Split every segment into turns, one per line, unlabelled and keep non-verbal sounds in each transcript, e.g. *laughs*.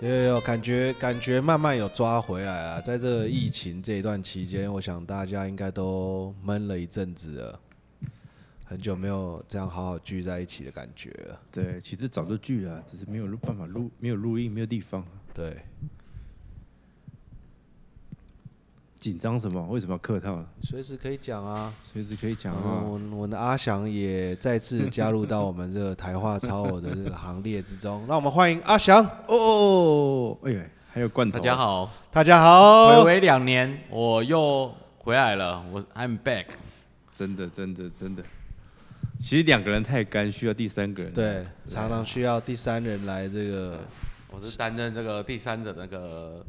有有有，感觉感觉慢慢有抓回来啊！在这个疫情这一段期间，我想大家应该都闷了一阵子了，很久没有这样好好聚在一起的感觉了。
对，其实早就聚了，啊只是没有录办法录，没有录音，没有地方。啊
对，
紧张什么？为什么要客套呢？
随时可以讲啊。
随时可以讲
嗯，
啊。
我们我们的阿翔也再次加入到我们这个台话超偶的这个行列之中。让我们欢迎阿翔，
哦，哎呀，还有罐头。
大家，好，
大家
回
好。
违两年，我又回来了，我 I'm back。
真的，真的，真的。其实两个人太干，需要第三个人。
对，常常需要第三人来这个，
我是担任这个第三者那个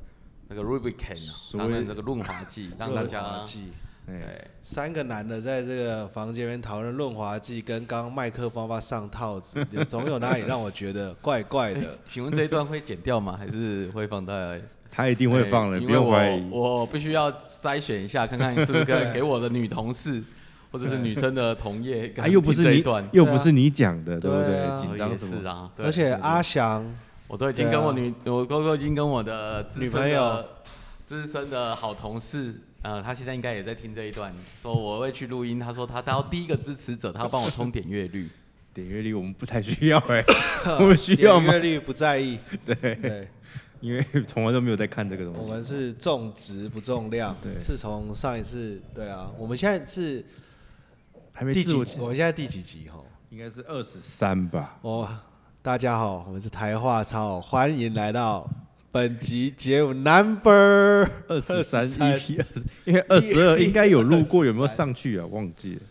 那个 Rubicon，啊
所谓
担任这个润滑
*laughs*
剂，让大家
记。
哎，
对
三个男的在这个房间里面讨论《润滑剂》跟刚刚麦克风要不要上套
*laughs*
子，就总有哪里让我觉得怪怪
哎
的。
请问这一段会剪掉吗？还是会放在？
他一定会放了，
哎
你
因
不
为
用
我
怀疑。
我必须要筛选一下，看看是不是给给我的女同事或者是女生的同业，
*laughs* 啊，又不是
这一
你
段，，
又不是你讲的，对
对
不
啊
对？
对啊
紧张
也
什
是
么？
啊，对
而且阿
*laughs*
翔，
我都已经
对啊
跟我女，我哥哥已经跟我的资深的
女朋友、
资深的好同事，呃，他现在应该也在听这一段，说我会去录音。他说他当第一个支持者，他要帮我冲点阅
*laughs*
率。
点阅率我们不太需要哎， *laughs* 我们需要
点
吗
阅？率不在意，
对，
对，
因为从来都没有在看这个东
我
西。
们是重质不重量。
对
自从上一次，对啊，我们现在是
还没
第
自
几
我
集？我们现在第几集吼？
应该是二十三吧？
哦，大家好，我们是台话超，欢迎来到本集节目 number
二十三 E
23
EP 二十，因为二十二应该有录过，有没有上去啊？忘记了。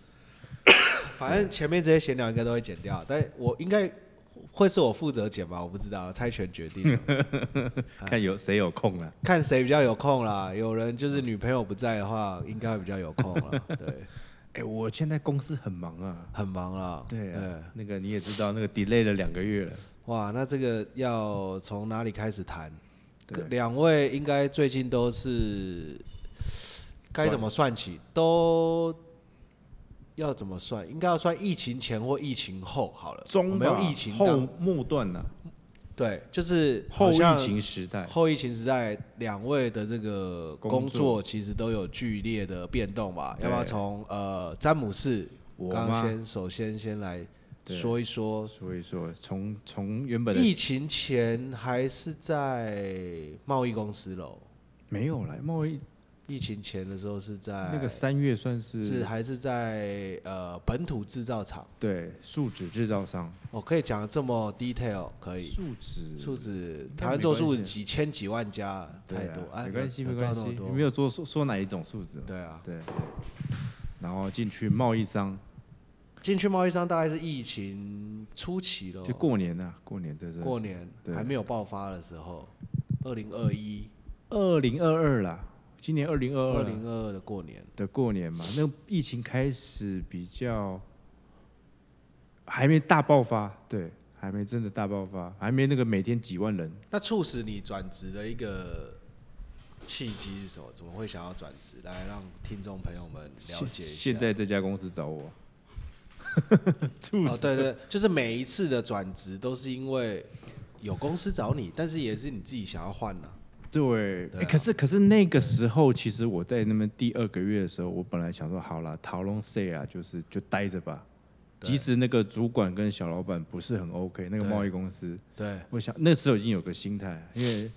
反正前面这些闲聊应该都会剪掉，但我应该会是我负责剪吧，我不知道，猜拳决
*laughs*
定，
看有谁有空了。
看谁比较有空啦。有人就是女朋友不在的话，应该会比较有空
*laughs*
啦。对，
哎、我现在公司很忙啊。
很忙啦。
对啊，那个你也知道，那个 delay 了两个月了。
哇，那这个要从哪里开始谈？
对
两位应该最近都是该怎么算起？都要怎么算？应该要算疫情前或疫情后好了。我
中
没
吧
有疫情
后
当
末段了、
对，就是好
后
像
疫情时代。
后疫情时代，两位的这个
哎工
工
作
作其实都有剧烈的变动吧？
对
要不要从呃詹姆士，
我
刚
吗
刚先首先先来
对
说一说，
所以说，从从原本的
疫情前还是在贸易公司楼，
没有来贸易
疫情前的时候是在
那个三月算
是
哎是
还是在呃本土制造厂，
对树脂制造商，
我、可以讲得这么 detail 可以。
哎树脂
树脂
应，该
台湾做
没关
树
系啊
脂几千几万家，
对
太
啊
多，哎
没关系
有
没
有到
关
那
系，
么多
你没有做说说哪一种树脂嘛，
对啊，
对对。然后进去贸易商，
进去贸易商大概是疫情初期咯，
就过年啊，过年对对。
过年
对
还没有爆发的时候，二零二一、
二零二二啦，今年二零二
二
二
零二二的过年，
的过年嘛，那疫情开始比较还没大爆发，对，还没真的大爆发，还没那个每天几万人。
那促使你转职的一个契机是什么？怎么会想要转职？来让听众朋友们了
现
解一下。
现在这家公司找我， *laughs* 促
哦，
使
对对，就是每一次的转职都是因为有公司找你，但是也是你自己想要换啊呢、
对，
对
诶
啊
可是可是那个时候，其实我在那边第二个月的时候，我本来想说，好啦，逃龙 say 啊，就是就待着吧。
对
即使那个主管跟小老板不是很 OK，那个
对
贸易公司，
对，
我想那时候已经有个心态，因为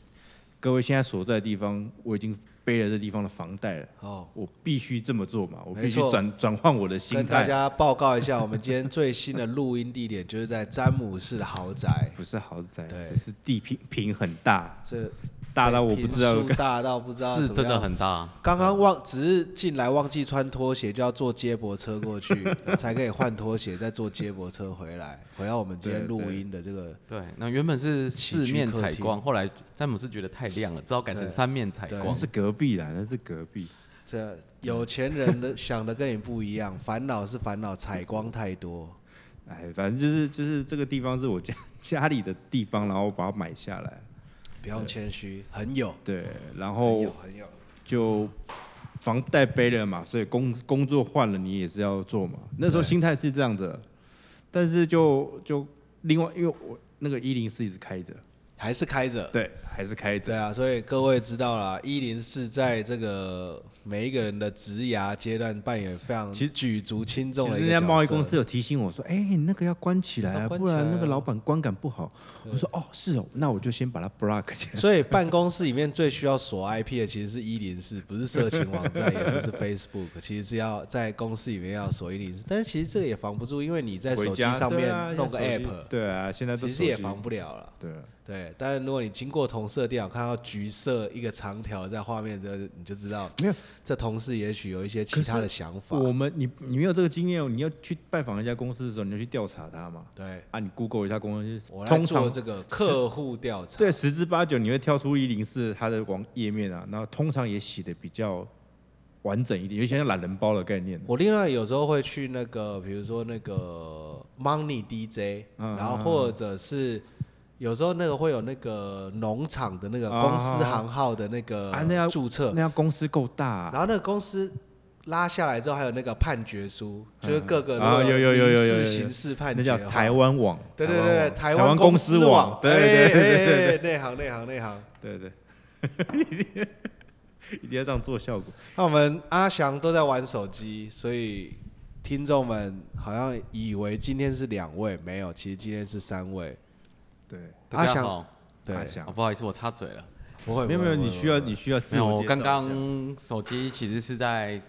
各位现在所在的地方，我已经背了这地方的房贷了，
哦，
我必须这么做嘛，我必
没
须
错
转转换我的
跟
心
大
态。
家报告一下，我们今天最新的录音地点就是在詹姆士的豪宅。
*laughs* 不是豪宅，
对
只是地平平很大，
这
大到我不知道
平数大到不知道
是
啊怎么
真
样
的很大，
刚刚忘，只是进来忘记穿拖鞋，就要坐接驳车过去， *laughs* 才可以换拖鞋，再坐接驳车回来，回到我们今天录音的这个
对。那原本是四面采
起居客
光，后来詹姆斯觉得太亮了，只好改成
对
三面采
对
那
光。
是隔壁啦，那是隔壁。
这有钱人的想的跟你不一样，烦恼是烦恼，采光太多。
*laughs* 哎，反正就是就是这个地方是我家家里的地方，然后我把它买下来。
不用谦虚，很有，
对，然
很
后
有，很有。
就房贷背了嘛，所以工工作换了，你也是要做嘛。那时候
对
心态是这样子的，但是就就另外，因为我那个一零四一直开着，
还是开着。
对，还是开着
对，啊，所以各位知道啦，一零四在这个每一个人的职涯阶段扮演非常
其
举足轻
其
重的
实
一
人
个角
家
色。
贸易公司有提醒我说：“哎、你那个要关起来
要
啊，
关
不
起
然
来
那个
啊
老板观感不好。”我说：“哦，是哦，那我就先把它 block *laughs* 起来。
所以办公室里面最需要锁 IP 的其实是一零四，不是色情网站，也不
*laughs*
是 Facebook，其实是要在公司里面要锁一零四。但是其实这个也防不住，因为你在”手
回
机
家
上
对
面
啊
弄个
手机
App，、
对啊，现在都
其
手
实也
机
防不了了。
对啊
对，但是如果你经过同事的电脑看到橘色一个长条在画面之后，你就知道
没有
这同事也许有一些其
可是
他的想法。
我们你你没有这个经验哦，你要去拜访一家公司的时候，你就去调查他嘛。
对，
啊，你 Google 一下公司，
我来
通
做
常
这个客户调查。
对十之八九你会跳出一零四它的网页面啊，然后通常也写的比较完整一点，有些像懒人包的概念。
我另外有时候会去那个，比如说那个 Money DJ，、
嗯
然后或者是有时候那个会有那个农场的那个
啊
公司行号的那个
啊那要
注册，
那家公司够大、啊，
然后那个公司拉下来之后，还有那个判决书，就是各个
嗯
那
啊
个
有有有有
民
有有
事
有
刑事判
那
决
叫
哈，
台湾网，
对对对，
台
湾
公
司
网，对
哎
对对对
哎
对
哎内行内行内行。
对对对， *laughs* 一定要这样做效果。
那我们阿翔都在玩手机，所以听众们好像以为今天是两位，没有，其实今天是三位。
对，
大
阿
家
翔
好，
对，
阿翔
哦不好意思，我插嘴了。
不会，
没有
不
没
会
有，
不会
你需要你需要自
没有，
我
我
介绍一
刚
下
刚手机其实是在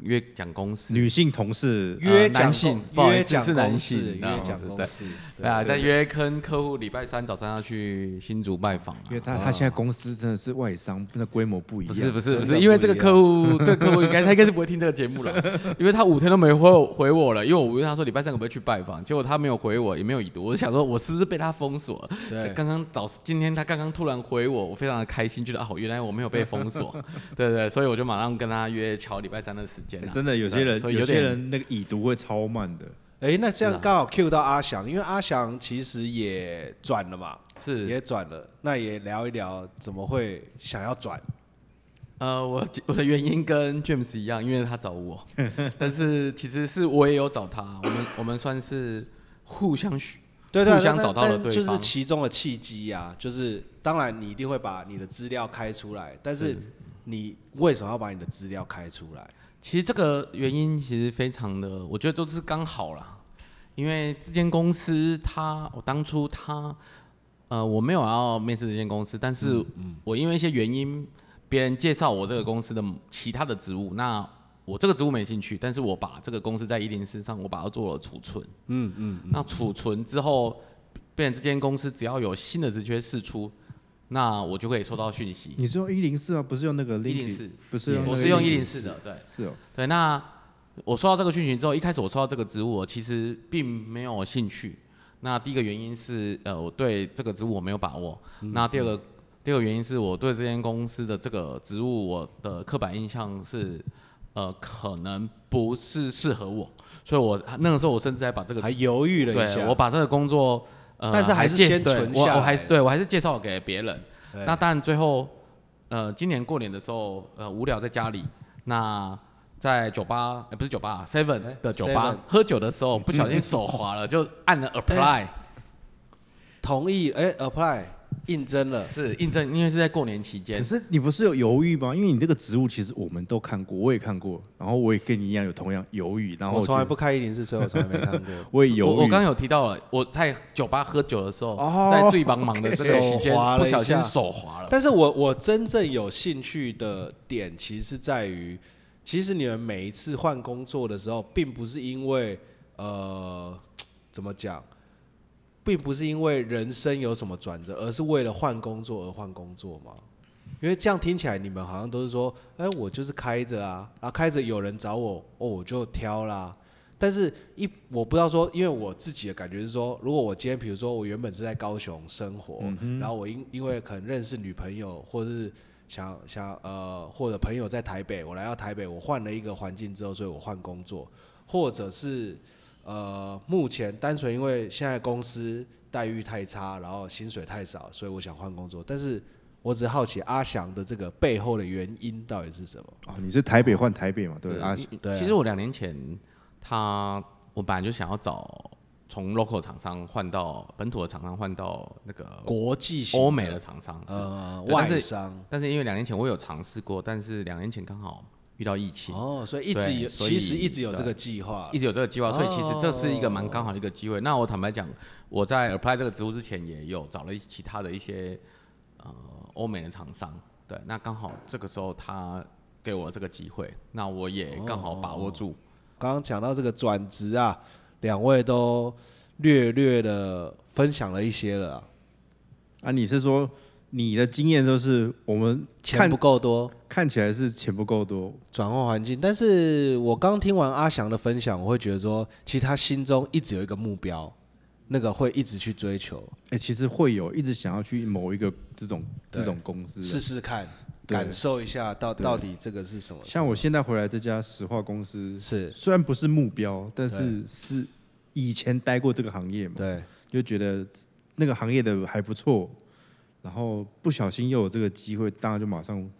约讲公司，
女性同事
约
呃
讲
男性
公
不好意
约
思
讲
是男
公
性
事
那
约讲
是
公
对
事，
对啊，在
对
约跟客户礼拜三早上要去新竹拜访啊、
因为他他现在公司真的是外商，那规模不一
不
样。
是不是
真
不
的
是，因为
不
这个
一
客户，这个客户应该他应该是不会听这个节目了，因为他五天都没回我回我了，因为我问他说礼拜三可不可以去拜访，结果他没有回我，也没有已读，我就想说我是不是被他封锁了？
对
刚刚早今天他刚刚突然回我，我非常的开心，觉得哦，原来我没有被封锁，对对，所以我就马上跟他约敲礼拜三的时间
哎
啊、
真的有些人
所以
有
有
些
点
人那个已读会超慢的。
哎，那这
是
样
啊
刚好 cue 到阿翔，因为阿翔其实也转了嘛，
是
也转了，那也聊一聊怎么会想要转。
呃，我我的原因跟 James 一样，因为他找我，但是其实是我也有找他，我们我们算是互相需
对对，
互相
但
找到了
但
对
就是
方
其中的契机啊，就是当然你一定会把你的资料开出来，但是你为什么要把你的资料开出来？
其实这个原因其实非常的，我觉得都是刚好啦，因为这间公司它，我当初它，呃，我没有要面试这间公司，但是我因为一些原因，别人介绍我这个公司的其他的职务，那我这个职务没兴趣，但是我把这个公司在一零四上，我把它做了储存，
嗯嗯，
那储存之后，变成这间公司只要有新的职缺释出，那我就可以收到讯息。
你是用一零四啊，不是用那个 link，
104
不是用那
我
个
是用
link
一零四的，对。
是哦，
对，那我收到这个讯息之后，一开始我收到这个职务，我其实并没有兴趣。那第一个原因是，呃，我对这个职务我没有把握。
嗯
那第二个，第二个原因是我对这间公司的这个职务，我的刻板印象是，呃，可能不是适合我，所以我那个时候我甚至还把这个
还犹豫了一
对
下，
我把这个工作，呃，
但是还是
介
先
对
存
我
下
我还
来
是对我还是介绍给别人。
对
那当然最后，呃，今年过年的时候，呃，无聊在家里，那在酒吧，呃、不是酒吧，Seven
哎
的酒
Seven
吧喝酒的时候，不小心手滑了，就按了 apply，、
同意，哎，apply 应征了，
*laughs* 是印证，因为是在过年期
可
间，
是你不是有犹豫吗？因为你这个职务其实我们都看过，我也看过，然后我也跟你一样有同样犹豫，然后
我从来
就。
不开一零四，所以我从来没看过
我也
我
犹豫。
我刚刚有提到了，我在酒吧喝酒的时候，
哦
在最茫茫的这个期间
手滑，了
不
一
小心
下
手滑了。
但是我我真正有兴趣的点，其实是在于，其实你们每一次换工作的时候，并不是因为呃怎么讲，并不是因为人生有什么转折，而是为了换工作而换工作嘛。因为这样听起来，你们好像都是说，哎、我就是开着啊，然后开着有人找我，哦，我就挑啦。但是一我不知道说，因为我自己的感觉是说，如果我今天比如说我原本是在高雄生活，
嗯
然后我因因为可能认识女朋友，或者是想想呃或者朋友在台北，我来到台北，我换了一个环境之后，所以我换工作，或者是呃，目前单纯因为现在公司待遇太差，然后薪水太少，所以我想换工作。但是我只是好奇阿翔的这个背后的原因到底是什么？
哦，你是台北换台北嘛？对
对
啊，
因
对啊
其实我两年前，他我本来就想要找从 local 厂商换到本土的厂商，换到那个
国际型
欧美的厂商。
呃
对但是
外商
但是因为两年前我有尝试过，但是两年前刚好遇到疫情，
哦，所以一直
对
有
所以
其实一直有这个计划
一直有这个计划，所以其实这是一个
哦
蛮刚好的一个机会。那我坦白讲，我在 apply 这个职务之前，也有找了一其他的一些呃欧美的厂商，对，那刚好这个时候他给我这个机会，那我也刚好把握住。
刚刚讲到这个转职啊，两位都略略的分享了一些了啊，
啊，你是说你的经验都是我们
钱
看
不够多，
看起来是钱不够多，
转换环境。但是我刚听完阿翔的分享，我会觉得说，其实他心中一直有一个目标，那个会一直去追求，
哎、其实会有一直想要去某一个这种
对
这种公司的。
试试看，
对
感受一下到
对
到底这个是
啊
什么。
像我现在回来这家石化公司，
是，
虽然不是目标，但是是以前待过这个行业嘛，
对，
就觉得那个行业的还不错，然后不小心又有这个机会，当然就马上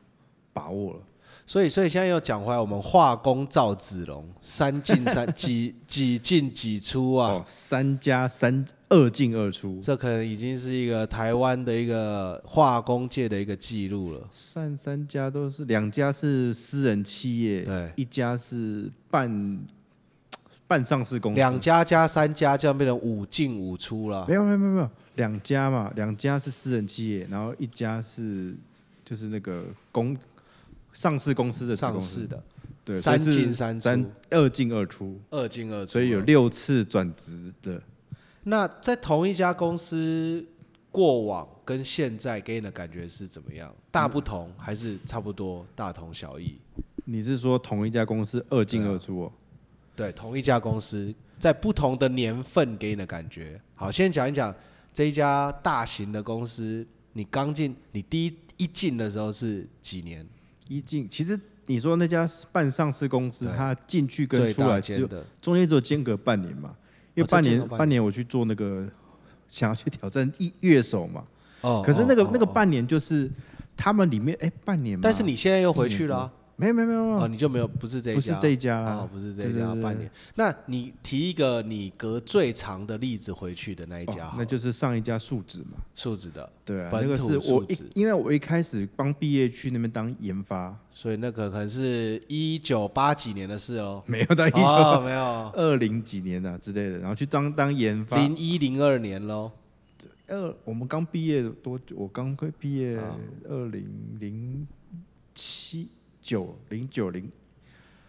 把握了。
所以，所以现在又讲回来，我们画工赵子龙，三进三几几进几出啊？
哦，三加三，二进二出，
这可能已经是一个台湾的一个化工界的一个记录了。
算三家都是，两家是私人企业，
对
一家是半半上市公司，
两家加三家，这样变成五进五出了。
没有没有没有没有两家嘛，两家是私人企业，然后一家是就是那个公上市公司的子
上
公司
市的
对，
三
所以是
进三出
三二进二出，
二进二出了，
所以有六次转职的。
那在同一家公司，过往跟现在给你的感觉是怎么样？大不同还是差不多？大同小异。
你是说同一家公司二
啊
进二出哦？
对，同一家公司在不同的年份给你的感觉。好，先讲一讲这一家大型的公司，你刚进，你第一一进的时候是几年？
一进其实你说那家半上市公司，
对
它进去跟
最
出
大
来只
间
有
的
中间只有间隔半年嘛，因
哦
为
中
半
间
年、
有半年
半年我去做那个想要去挑战一乐手嘛，
哦
可是那个、
哦
那个
哦
半年就是他们里面哎、半年嘛，
但是你现在又回去了啊、
没有没有没有没有
哦，你就没有不是这一
嗯不是
家，
这一家啦
哦，不是这
对
一
对
家
对
半
对
年。那你提一个你隔最长的例子回去的那一家好
哦
了、
那就是上一家树脂嘛，
数值的，
对啊，那
本
个
土
是我
树
一
脂
因为我一开始帮毕业去那边当研发，
所以那个可能是一九八几年的事哦。
没有 *laughs* 到一
哦，
九
没
*laughs*
有，
二零几年啊之类的，然后去当当研发。
零一零二年喽。
二我们刚毕业多久？我刚快毕业
啊
二零零七九零九零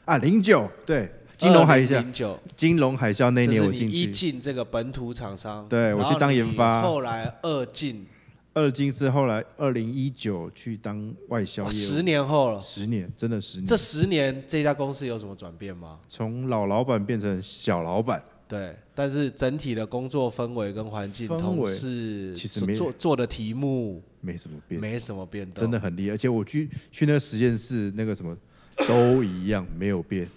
啊零九对金融海啸
零九
金融海啸那
这
年
是
我
你
进
一
去，
进这个本土厂商，
对我
然后
去当研发
你后来二进，
二进是后来二零一九去当外销业
哇
务，
哦十年后了。
十年真的十年，
这十年这家公司有什么转变吗？
从老老板变成小老板，
对，但是整体的工作氛围跟环境，
氛围
同事
其实
所
没
做做的题目
没什么变，
没什么变动，
真的很厉害。而且我去去那个实验室，那个什么都一样，没有变，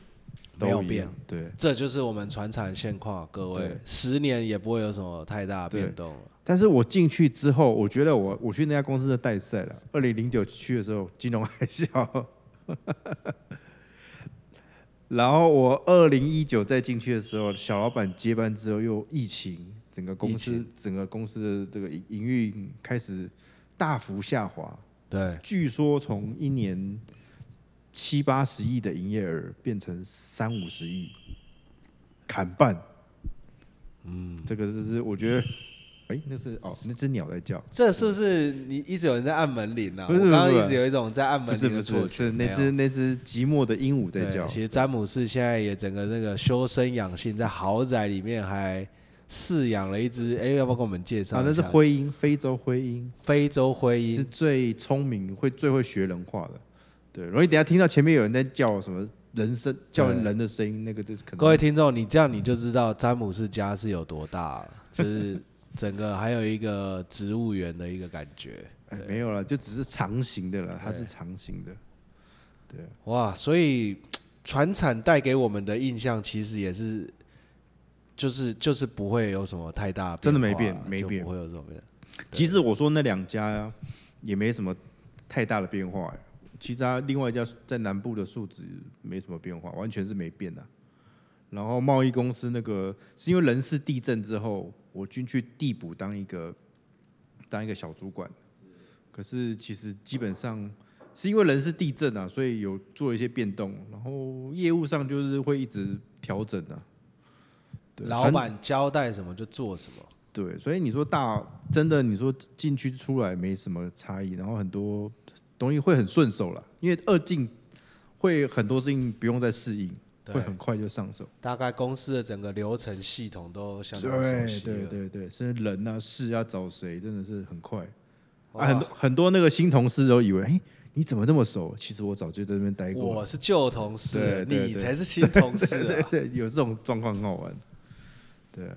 都
没有
一
变
样，对。
这就是我们船产现况，各位
对，
十年也不会有什么太大的
对
变动了。
但是我进去之后，我觉得我我去那家公司的代赛了。二零零九去的时候，金融海啸， *laughs* 然后我二零一九再进去的时候，小老板接班之后又疫情，整个公
疫
司整个公司的这个营营运开始大幅下滑，
对，
据说从一年七八十亿的营业额变成三五十亿，砍半。嗯，这个就是我觉得，哎、那是哦，那只鸟在叫，
这是不是你一直有人在按门铃啊？
不
我刚
是
刚
不是
一直有一种在按
不
门
是
铃的
不
错
是，
觉，
是那
没有
只那只寂寞的鹦鹉在
对
叫。
其实詹姆斯现在也整个那个修身养性，在豪宅里面还饲养了一只，哎、要不要给我们介绍
啊
一，下？
那是灰鹰，非洲灰鹰
非洲灰
是
鹰，
最聪明，会最会学人话的。对，容易等一下听到前面有人在叫什么人声，叫
对
人的声音，那个就是可能
各位听众，你这样你就知道詹姆斯家是有多大
*laughs*
了，就是整个还有一个植物园的一个感觉。
哎没有了，就只是长形的了，它
对
是长形的。对，
哇，所以传产带给我们的印象其实也是就是就是不会有什么太大变化啊，
真的没变没
就
变
不会有什么变。
即使我说那两家也没什么太大的变化、欸，其实它另外一家在南部的数值没什么变化，完全是没变的、啊然后贸易公司那个是因为人事地震之后，我进去地补当一个当一个小主管，可是其实基本上是因为人事地震啊，所以有做一些变动，然后业务上就是会一直调整啊。对
老
反
板交代什么就做什么，
对，所以你说大真的，你说进去出来没什么差异，然后很多东西会很顺手了，因为二进会很多事情不用再适应，
对
会很快就上手。
大概公司的整个流程系统都相当熟
对
悉
对
了。
对对，甚至人啊事啊找谁，真的是很快。
哇
啊，很多很多那个新同事都以为，哎、你怎么那么熟？其实我早就在那边待过了。
我是旧同事
对，对
你 *laughs*
对
才是新
*laughs*
同事啊！
对，有这种状况很好玩。对，啊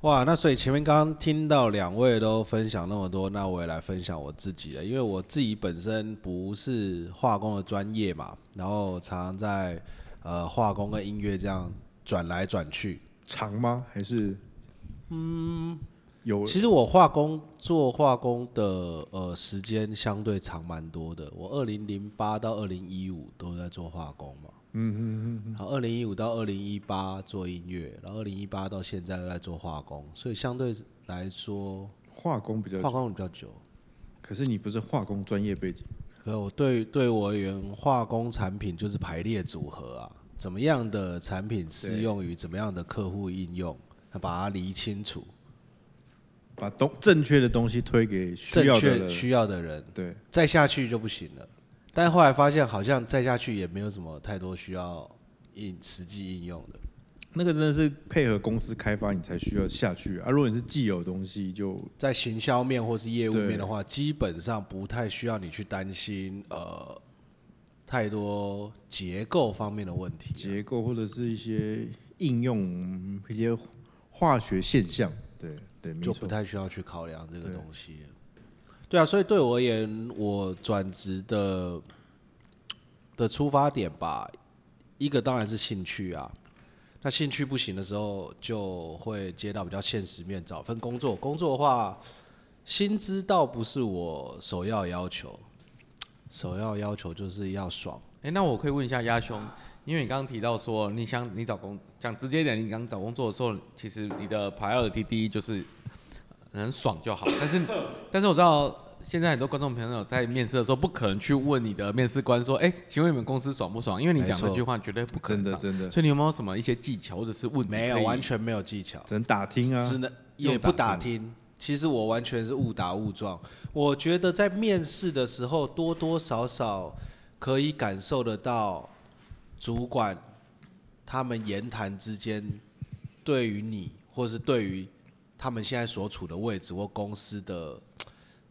哇，那所以前面刚刚听到两位都分享那么多，那我也来分享我自己的，因为我自己本身不是化工的专业嘛，然后常常在呃化工跟音乐这样转来转去。
长吗？还是嗯，有
其实我化工做化工的呃时间相对长蛮多的，我二零零八到二零一五都在做化工嘛，嗯嗯嗯，然后二零一五到二零一八做音乐，然后二零一八到现在都在做化工，所以相对来说
化工比较
化工比较久。
可是你不是化工专业背景，
可我对对我而言，化工产品就是排列组合啊，怎么样的产品适用于怎么样的客户应用，把它理清楚，
把东正确的东西推给需
正
要的
确
人。
需要的人，
对，
再下去就不行了。但后来发现，好像再下去也没有什么太多需要应实际应用的。
那个真的是配合公司开发你才需要下去啊。如果你是既有的东西就，
在行销面或是业务面
对
的话，基本上不太需要你去担心呃太多结构方面的问题啊。
结构或者是一些应用嗯一些化学现象，对对，没
就
错
不。太需要去考量这个东西。对啊，所以对我而言，我转职的的出发点吧，一个当然是兴趣啊。那兴趣不行的时候，就会接到比较现实面，找份工作。工作的话，薪资倒不是我首要要求，首要要求就是要爽。
哎、那我可以问一下鸭兄，因为你刚刚提到说，你想你找工讲直接一点，你刚找工作的时候，其实你的 priority 第一就是能爽就好。但是，但是我知道现在很多观众朋友在面试的时候，不可能去问你的面试官说，哎、请问你们公司爽不爽？因为你讲
没
那
错
句话绝对不可
真
能
的
上
真的，
所以你有没有什么一些技巧或者是问题
没有，
可以
完全没有技巧。
只能打听啊。
只能
用
也不
打
打听。其实我完全是误打误撞。我觉得在面试的时候，多多少少可以感受得到主管他们言谈之间对于你，或是对于他们现在所处的位置或公司的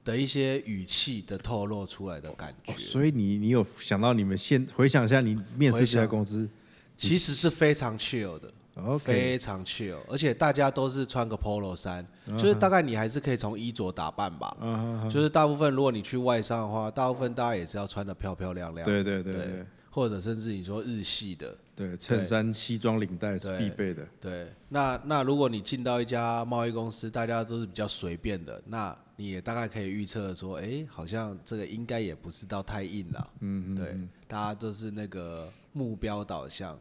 的一些语气的透露出来的感觉
哦，所以你你有想到你们现回想一下你面
回
试这家
想
公司
其实是非常 chill 的。
，OK，
非常 chill，而且大家都是穿个 polo 衫，就是大概你还是可以从衣着打扮吧。
嗯
就是大部分如果你去外商的话，大部分大家也是要穿的漂漂亮亮，
对对对
对
对
或者甚至你说日系的，
对，衬衫、西装、领带是
对
必备的。
对。那那如果你进到一家贸易公司，大家都是比较随便的，那你也大概可以预测说，哎、好像这个应该也不是到太硬了，嗯对，大家都是那个目标导向，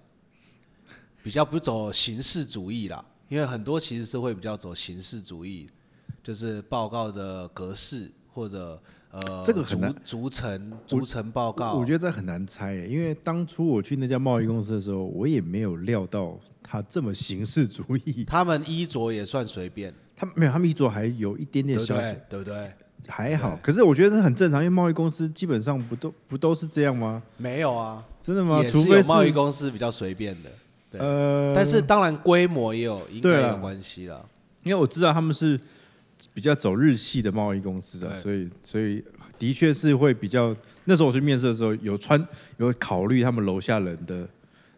比较不走形式主义啦，因为很多其实是会比较走形式主义，就是报告的格式或者呃
这个很
逐
难
逐层逐层报告，
我觉得这很难猜耶，因为当初我去那家贸易公司的时候，我也没有料到他这么形式主义。
他们衣着也算随便，
*laughs* 他没有，他们一桌还有一点
对
点
不
小，
对？对不对？
还好。可是我觉得这很正常，因为贸易公司基本上不都不都是这样吗？
没有啊，
真的吗？
也
除
是
非
有
是
贸易公司比较随便的，对
呃，
但是当然规模也有应
对
该
啊
有关系啦。
因为我知道他们是比较走日系的贸易公司的，
对
所以所以的确是会比较。那时候我去面试的时候，有穿有考虑他们楼下人的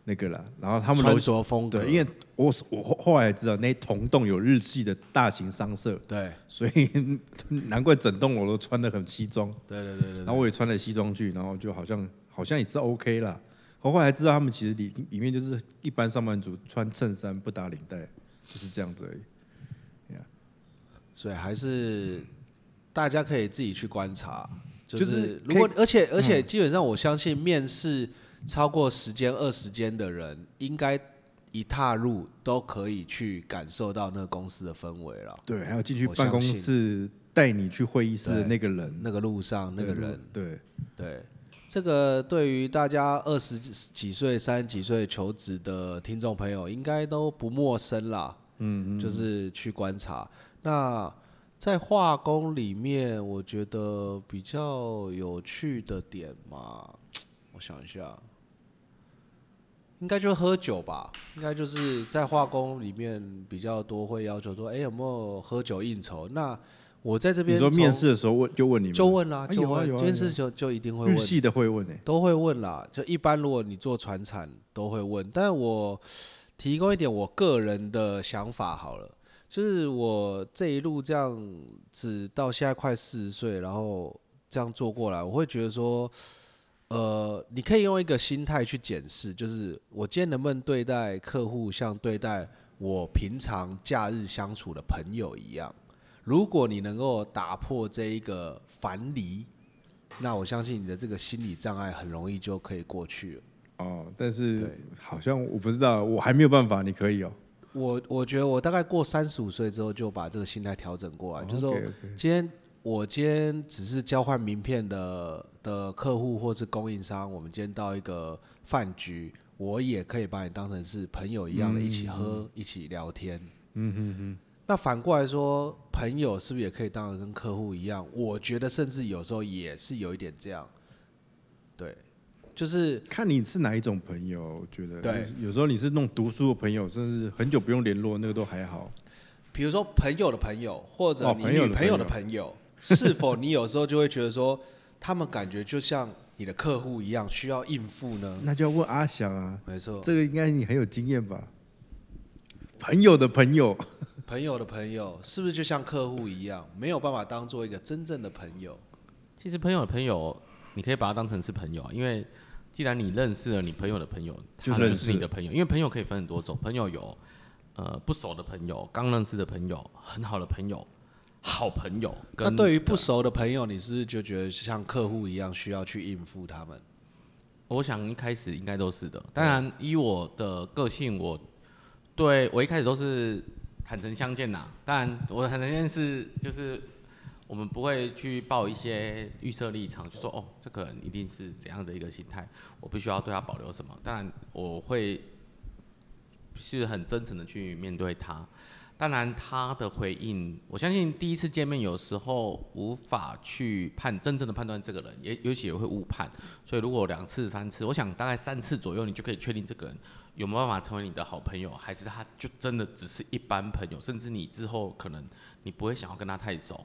那个啦，然后他们楼
穿着风格，
对，因为我我后后来才知道那同栋有日系的大型商社， *laughs*
对
所以 *laughs* 难怪整栋我都穿的很西装，
对对对对
然后我也穿了西装去，然后就好像好像也是 OK 啦。我后来知道他们其实里里面就是一般上班族穿衬衫不打领带，就是这样子而已。
所以还是大家可以自己去观察，就
就是是嗯
如果而且而且基本上我相信面试超过十间二十间的人，应该一踏入都可以去感受到那个公司的氛围了。
对，还有进去
我相
办公
信
室带你去会议室的那个人，
那个路上那个人，
对，
对，这个对于大家二十几岁、三十几岁求职的听众朋友，应该都不陌生啦。嗯就是去观察。那在化工里面，我觉得比较有趣的点嘛，我想一下，应该就喝酒吧。应该就是在化工里面比较多会要求说，哎、有没有喝酒应酬？那我在这边
你说面
从
试的时候问就问你们，
就问啦，
啊
就
有啊
问
有啊
这件
有啊
事就就一定会
日
问，
系的会问欸诶，
都会问啦。就一般如果你做船产都会问，但我提供一点我个人的想法好了，就是我这一路这样子到现在快四十岁，然后这样做过来，我会觉得说，呃，你可以用一个心态去检视，就是我今天能不能对待客户像对待我平常假日相处的朋友一样。如果你能够打破这一个樊篱，那我相信你的这个心理障碍很容易就可以过去了。
哦，但是
对
好像我不知道，我还没有办法，你可以哦，
我我觉得我大概过三十五岁之后就把这个心态调整过来，就是说
哦 OK，OK
今天我今天只是交换名片的的客户或是供应商，我们今天到一个饭局，我也可以把你当成是朋友一样的，一起喝，一起聊天。
嗯哼哼，
那反过来说，朋友是不是也可以当得跟客户一样？我觉得甚至有时候也是有一点这样，对，就是
看你是哪一种朋友，我觉得
对，
有有时候你是那种读书的朋友，甚至很久不用联络，那个都还好。
比如说朋友的朋友，或者
哦
你
朋友
女
的
朋友
朋
的
友
朋友，是否你有时候就会觉得说，他们感觉就像你的客户一样，需要应付 *laughs* 呢？
那就要问阿翔啊，
没错，
这个应该你很有经验吧？朋友的朋友，
朋友的朋友是不是就像客户一样，没有办法当做一个真正的朋友？
其实朋友的朋友，你可以把他当成是朋友啊，因为既然你认识了你朋友的朋友，
就
他就
认
是
识
你的朋友。因为朋友可以分很多种，朋友有呃不熟的朋友、刚认识的朋友、很好的朋友、好朋友。跟
那对于不熟的朋友，你是不是就觉得像客户一样需要去应付他 *laughs* 们？
我想一开始应该都是的。当然，依我的个性，我对我一开始都是坦诚相见呐。当然，我的坦诚相见是就是我们不会去抱一些预设立场，就说哦，这个人一定是怎样的一个心态，我必须要对他保留什么。当然，我会是很真诚的去面对他。当然，他的回应，我相信第一次见面有时候无法去判真正的判断这个人，也尤其也会误判。所以如果两次、三次，我想大概三次左右，你就可以确定这个人有没有办法成为你的好朋友，还是他就真的只是一般朋友，甚至你之后可能你不会想要跟他太熟。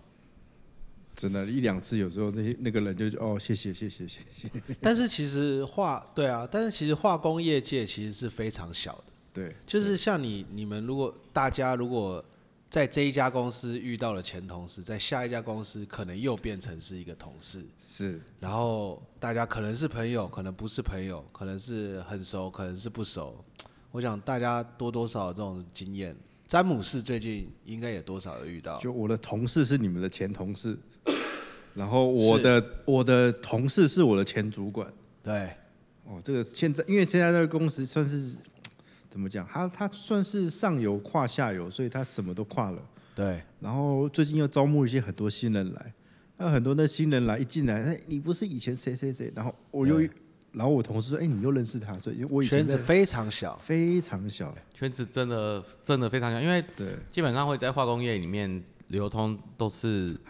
真的，一两次有时候那些那个人就哦，谢谢谢谢谢谢，
但是其实化对啊，但是其实化工业界其实是非常小的。
对，
就是像你你们如果大家如果在这一家公司遇到了前同事，在下一家公司可能又变成是一个同事，
是
然后大家可能是朋友，可能不是朋友，可能是很熟，可能是不熟。我想大家多多少少有这种经验，詹姆士最近应该也多少有遇到。
就我的同事是你们的前同事，然后我的我的同事是我的前主管。
对，
哦，这个现在因为现在这个公司算是怎么讲，他他算是上游跨下游，所以他什么都跨了。
对，
然后最近又招募一些很多新人来，那很多那新人来一进来，哎，你不是以前谁谁谁，然后我又
对，
然后我同事说，哎，你又认识他，所以我以前
圈子
在
非常小。
非常小，
圈子真的真的非常小，因为
对，
基本上会在化工业里面流通都是。 *laughs*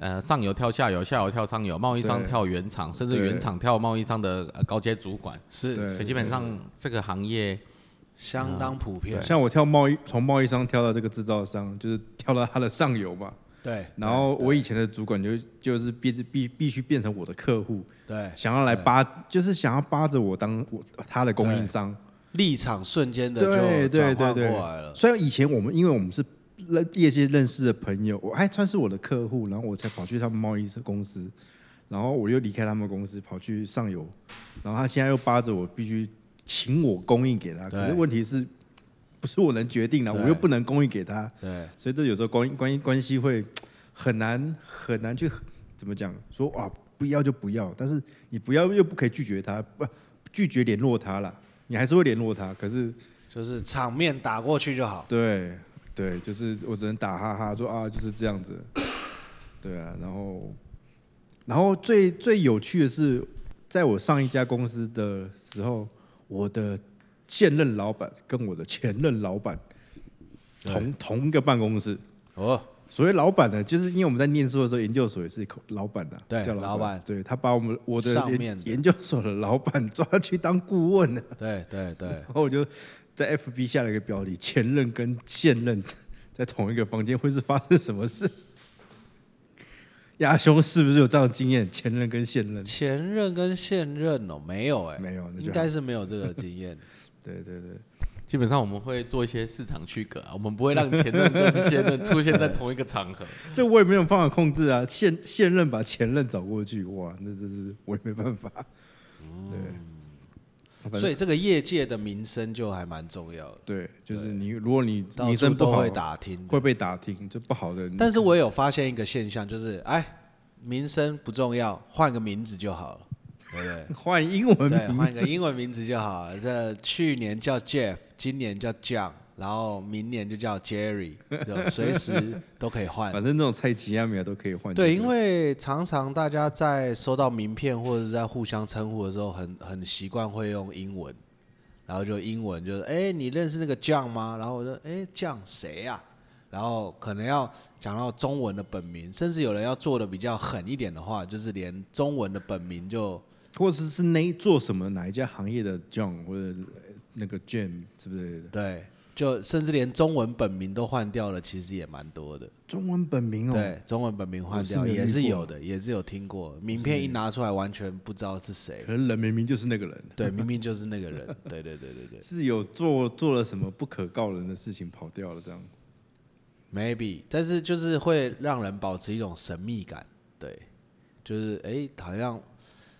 呃，上游跳下游，下游跳上游，贸易商
对
跳原厂，甚至
对
原厂跳贸易商的呃高阶主管，
是
对
所以基本上这个行业
相当普遍，
像我跳贸易，从贸易商跳到这个制造商，就是跳到他的上游嘛。
对。
然后我以前的主管就就是必必必须变成我的客户，
对
想要来扒，就是想要扒着我当我他的供应商。
立场瞬间的
对
就
对
转
对
换过
对
来了，
虽然以前我们因为我们是认业界认识的朋友，我还算是我的客户，然后我才跑去他们贸易公司，然后我又离开他们公司跑去上游，然后他现在又扒着我必须请我供应给他，可是
对
问题是不是我能决定的，啊
对
我又不能供应给他，
对，
所以这有时候关关关系会很难很难去怎么讲说哇不要就不要，但是你不要又不可以拒绝他，不拒绝联络他啦，你还是会联络他，可是
就是场面打过去就好。
对对，就是我只能打哈哈说啊就是这样子， *coughs* 对啊，然后然后最最有趣的是，在我上一家公司的时候，我的现任老板跟我的前任老板同同一个办公室。
哦，
所谓老板呢，就是因为我们在念书的时候，研究所也是口老板的、
对
叫
老
板
板，
对他把我们我的
上
研
面的
研究所的老板抓去当顾问了，
对对对，
*laughs* 然后我就在 FB 下了一个标题：前任跟现任在同一个房间会是发生什么事？ *laughs* 亚兄是不是有这样的经验？前任跟现任？
前任跟现任哦，没有哎、
没有那就好
应该是没有这个经验。
对对对，
基本上我们会做一些市场区隔啊，我们不会让前任跟现任出现在同一个场合。
这我也没有办法控制啊。现现任把前任找过去，哇，那真是我也没办法。对， *laughs*
嗯所
反正
以这个业界的名声就还蛮重要的，
对，就是你，如果你
到
名
处
声不
都
好
会，打听的。
会被打听，就不好的。
但是我有发现一个现象，就是哎，名声不重要，换个名字就好了，对不对？
换英文
对，
名
换个
字，
英文名字就好了。这去年叫 Jeff，今年叫 John，然后明年就叫 Jerry，就随时都可以换
反。正这种菜吉亚米亚啊都可以换。
对，因为常常大家在收到名片或者在互相称呼的时候很，很习惯会用英文，然后就英文就是，哎、你认识那个酱吗？然后我就，哎、酱谁呀？然后可能要讲到中文的本名，甚至有人要做的比较狠一点的话，就是连中文的本名就
或者是那一做什么哪一家行业的 John 或者呃那个 Jim 之类的，
对，就甚至连中文本名都换掉了，其实也蛮多的。
中文本名哦，
对，中文本名换掉
我是没有
也是
遇过
有的，也是有听过。名片一拿出来，完全不知道是谁。
可能人明明就是那个人，
对，明明就是那个人。对对对对对
是有做做了什么不可告人的事情跑掉了这样。
，maybe，但是就是会让人保持一种神秘感。对，就是哎、诶好像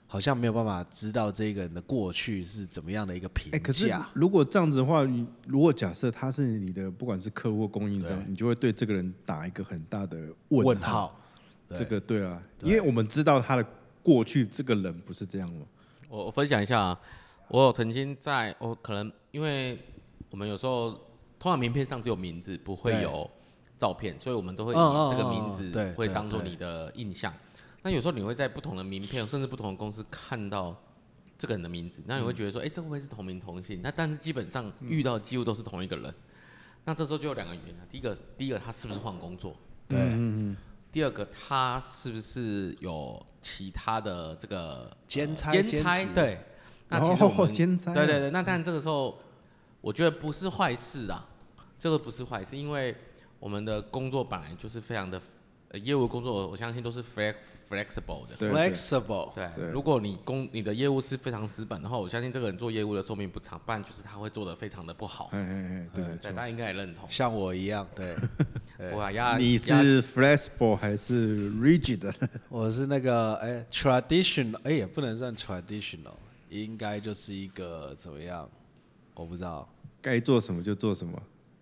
好像没有办法知道这个人的过去是怎么样的一个评
哎，可是
价。
如果这样子的话，你如果假设他是你的不管是客户或供应商，你就会对这个人打一个很大的
问
号。
号，对
这个对啊，因为我们知道他的过去，这个人不是这样哦嘛。
我我分享一下啊，我有曾经在我可能因为我们有时候通常名片上只有名字，不会
对
有照片，所以我们都会以
嗯嗯
这个
嗯
名
嗯
字
对
会
对
当做
对
你的印象。那有时候你会在不同的名片，甚至不同的公司看到这个人的名字，那你会
嗯
觉得说，哎、这会不会是同名同姓？那但是基本上遇到几乎都是同一个人。那这时候就有两个原因啊，第一个，第一个他是不是换工作？
对，
嗯
第二个，他是不是有其他的这个
兼差
兼
兼
差
职
对，那其实
哦
我们、
兼差啊
对对对，那但这个时候我觉得不是坏事啊，这个不是坏事，因为我们的工作本来就是非常的、呃、业务工作，我相信都是 flex flexible 的。
对
flexible，
对，
对
如果你工你的业务是非常死板的话，我相信这个人做业务的寿命不长，不然就是他会做的非常的不好。
哎哎哎，对没
对，
错。
大家应该也认同。
像我一样，
*laughs*
对，
哇呀，
你
呀
是 flexible 还是 rigid *laughs* 的？
我是那个哎、traditional，哎、也不能算 traditional，应该就是一个怎么样？我不知道，
该做什么就做什么，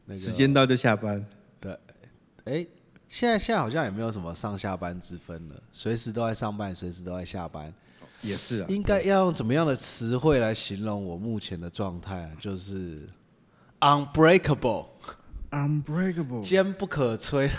那个
时间到就下班。
对，哎、现在现在好像也没有什么上下班之分了，随时都在上班，随时都在下班。
也是啊，
应该要用怎么样的词汇来形容我目前的状态啊？就是 unbreakable，
嗯 unbreakable。
坚不可摧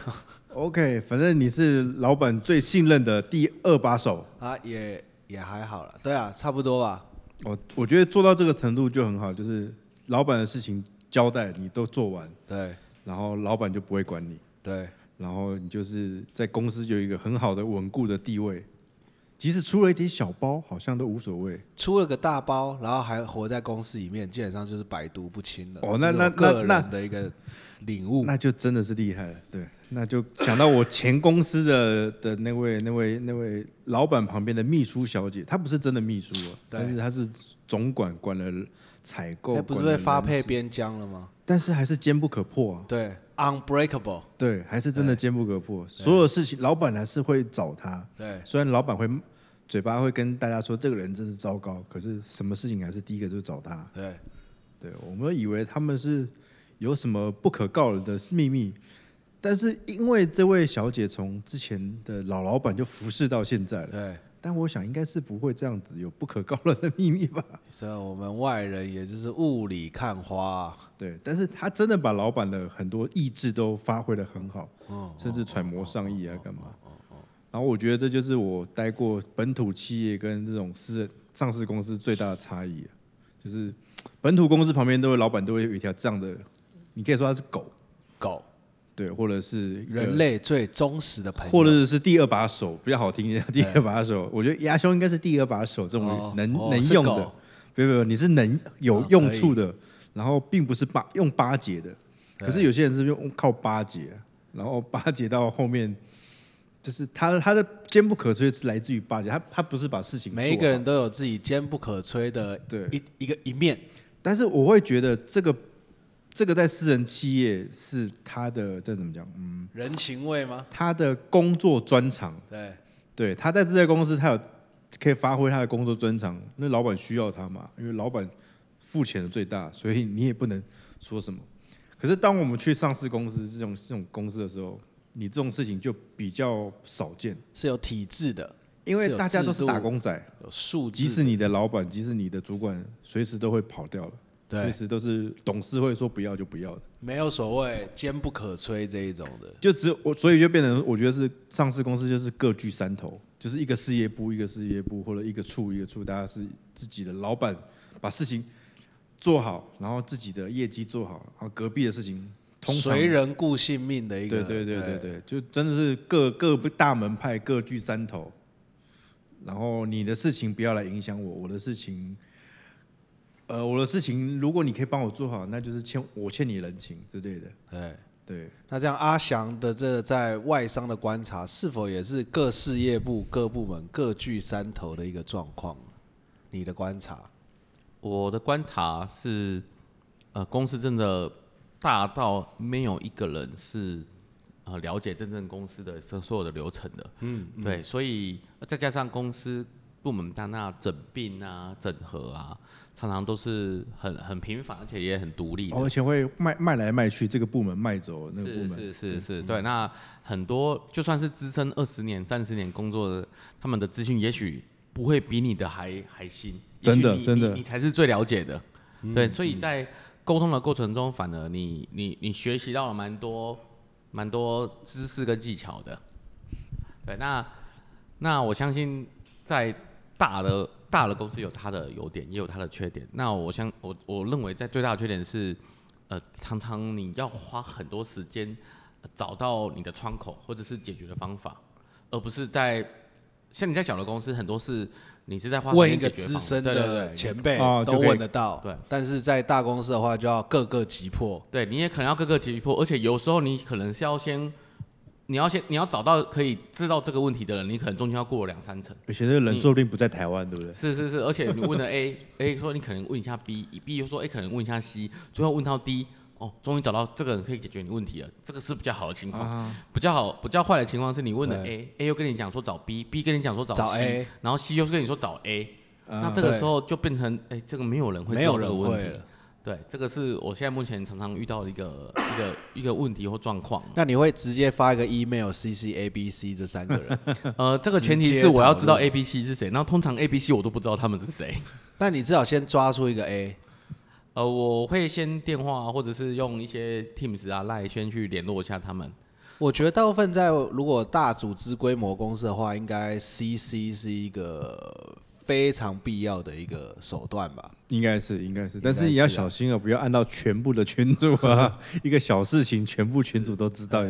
OK，反正你是老板最信任的第二把手。
啊，也也还好了，对啊，差不多吧。
我我觉得做到这个程度就很好，就是老板的事情交代你都做完，
对
然后老板就不会管你。
对，
然后你就是在公司就有一个很好的稳固的地位，即使出了一点小包，好像都无所谓。
出了个大包，然后还活在公司里面，基本上就是百毒不侵了。
哦
这
那
是
那
我个
那
人的一个领悟。
那就真的是厉害了，对，那就想到我前公司的的那位那位那位老板旁边的秘书小姐，她不是真的秘书、啊，
对
但是她是总管，管了采购，
那不是
管了
被发配
人事，
边疆了吗？
但是还是坚不可破啊，
对，unbreakable，
对，还是真的坚不可破，所有事情老板还是会找她，
对
虽然老板会嘴巴会跟大家说这个人真是糟糕，可是什么事情还是第一个就找他。
对，
对，我们以为他们是有什么不可告人的秘密，但是因为这位小姐从之前的老老板就服侍到现在了，
对，
但我想应该是不会这样子有不可告人的秘密吧？ *laughs*
所以我们外人也就是雾里看花，
对，但是他真的把老板的很多意志都发挥的很好，
嗯，
甚至揣摩上意啊，干嘛？然后我觉得这就是我待过本土企业跟这种私人上市公司最大的差异啊、就是本土公司旁边都会老板都会有一条这样的，你可以说它是狗，
狗，
对，或者是一个
人，类最忠实的朋友，
或者是第二把手，比较好听一点，第二把手，我觉得牙兄应该是第二把手这
哦
种能
哦
能
是
用
狗
的，别别别，你是能有
啊
用
可以
处的，然后并不是巴用巴结的，可是有些人是用靠巴结，然后巴结到后面，就是他他的坚不可摧是来自于巴结，他他不是把事情
每一
做
个
好
人都有自己坚不可摧的
对
一一个一面，
但是我会觉得这个这个在私人企业是他的这怎么讲，嗯，
人情味吗？
他的工作专长。
对，
对，他在这家公司，他有可以发挥他的工作专长，那老板需要他嘛，因为老板付钱的最大，所以你也不能说什么。可是当我们去上市公司这种这种公司的时候，你这种事情就比较少见，
是有体制的，
因为
是有
大家都
制
是
度
打工仔，
有数
即
字
使
的，
你的老板，即使你的主管，随时都会跑掉了，随
对，
时都是董事会说不要就不要的，
没有所谓坚不可摧这一种的，
就只有我，所以就变成我觉得是上市公司就是各据山头，就是一个事业部一个事业部，或者一个处一个处，大家是自己的老板把事情做好，然后自己的业绩做好，然后隔壁的事情通常
随人顾性命的一
对
个，
对对对对，就真的是各各大门派各据山头，然后你的事情不要来影响我，我的事情，呃，我的事情如果你可以帮我做好，那就是欠我欠你人情之类的，
对。
对。
那这样，阿翔的这个在外商的观察，是否也是各事业部、各部门各据山头的一个状况？你的观察，
我的观察是，呃，公司真的大到没有一个人是呃了解真正公司的所所有的流程的。嗯，对，所以呃再加上公司部门大，那整并啊、整合啊，常常都是很很频繁，而且也很独立的。
哦而且会卖卖来卖去，这个部门卖走那个部
是
门，嗯
是是是，对。那很多就算是资深二十年、三十年工作的，他们的资讯也许不会比你的还还新，也
真
许
的
你
真
你
的嗯
你才是最了解的。对，所以在沟通的过程中，反而你你你学习到了蛮多蛮多知识跟技巧的。对，那那我相信在大的大的公司有它的优点，也有它的缺点。那我相我我认为在最大的缺点是，呃，常常你要花很多时间、呃找到你的窗口或者是解决的方法，而不是在像你在小的公司很多事你是在花时
问一
间
个
解决
资
方法
深
对对对
的
你
前辈
哦
都
就可以
问得到，
对
但是在大公司的话，就要各个击破。
对，你也可能要各个击破，而且有时候你可能是要先，你要先你要找到可以知道这个问题的人，你可能中间要过了两三层。
而且这个人说不定不在台湾，对不对？
是是是，而且你问了 A，A 说你可能问一下 B，B 又说哎、可能问一下 C，最后问到 D，哦，终于找到这个人可以解决你问题了，这个是比较好的情
啊
况。
啊
比较好，比较坏的情况是你问了 A，A 又跟你讲说找 B，B 跟你讲说找 C，
找 A
然后 C 又跟你说找 A，、
啊
那这个
对
时候就变成哎、这个没有人会
没
知道
有
这个
人
问
会
题
了。。
对，这个是我现在目前常常遇到的一个 *coughs* 一个一个问题或状况。
那你会直接发一个 email C C A B C 这三个人？ *laughs*
呃，这个
直
前提
接
是我要
讨
知道
论
A、B、C 是谁，然后通常 A、B、C 我都不知道他们是谁。
那你至少先抓出一个 A，
呃，我会先电话或者是用一些 Teams 啊、赖先去联络一下他们。
我觉得大部分在如果大组织规模公司的话，应该 CC 是一个非常必要的一个手段吧。
应该是，应该是，
该
但
是啊
是你要小心哦，不要按到全部的群主啊，一个小事情全部群主都知道。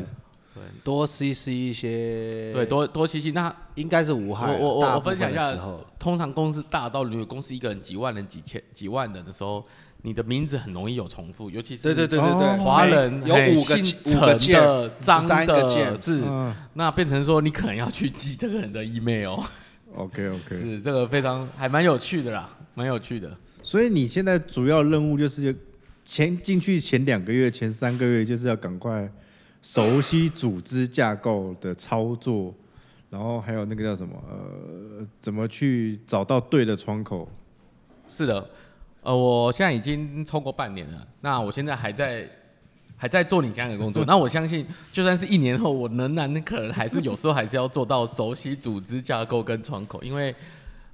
多 CC 一些，
对，，多多七七。那
应该是无害啊。
我我我
大
我
部
分
分
享一
的
下
时候，，
通常公司大到如果公司一个人几万人、几千、几万人的时候，你的名字很容易有重复，尤其是
对对对对对，
哦
华人
有
嘿
五个
姓
五个
陈的、
Jeff，
张
三个
的，
Jeff
是
嗯
那变成说你可能要去记这个人的 email，
OK OK，
是这个非常还蛮有趣的啦，蛮有趣的。
所以你现在主要任务就是前进去前两个月、前三个月，就是要赶快熟悉组织架构的操作，然后还有那个叫什么呃，怎么去找到对的窗口？
是的，呃，我现在已经超过半年了，那我现在还在还在做你这样的工
*laughs*
作，那我相信，就算是一年后，我仍然可能还是有时候还是要做到熟悉组织架构跟窗口，因为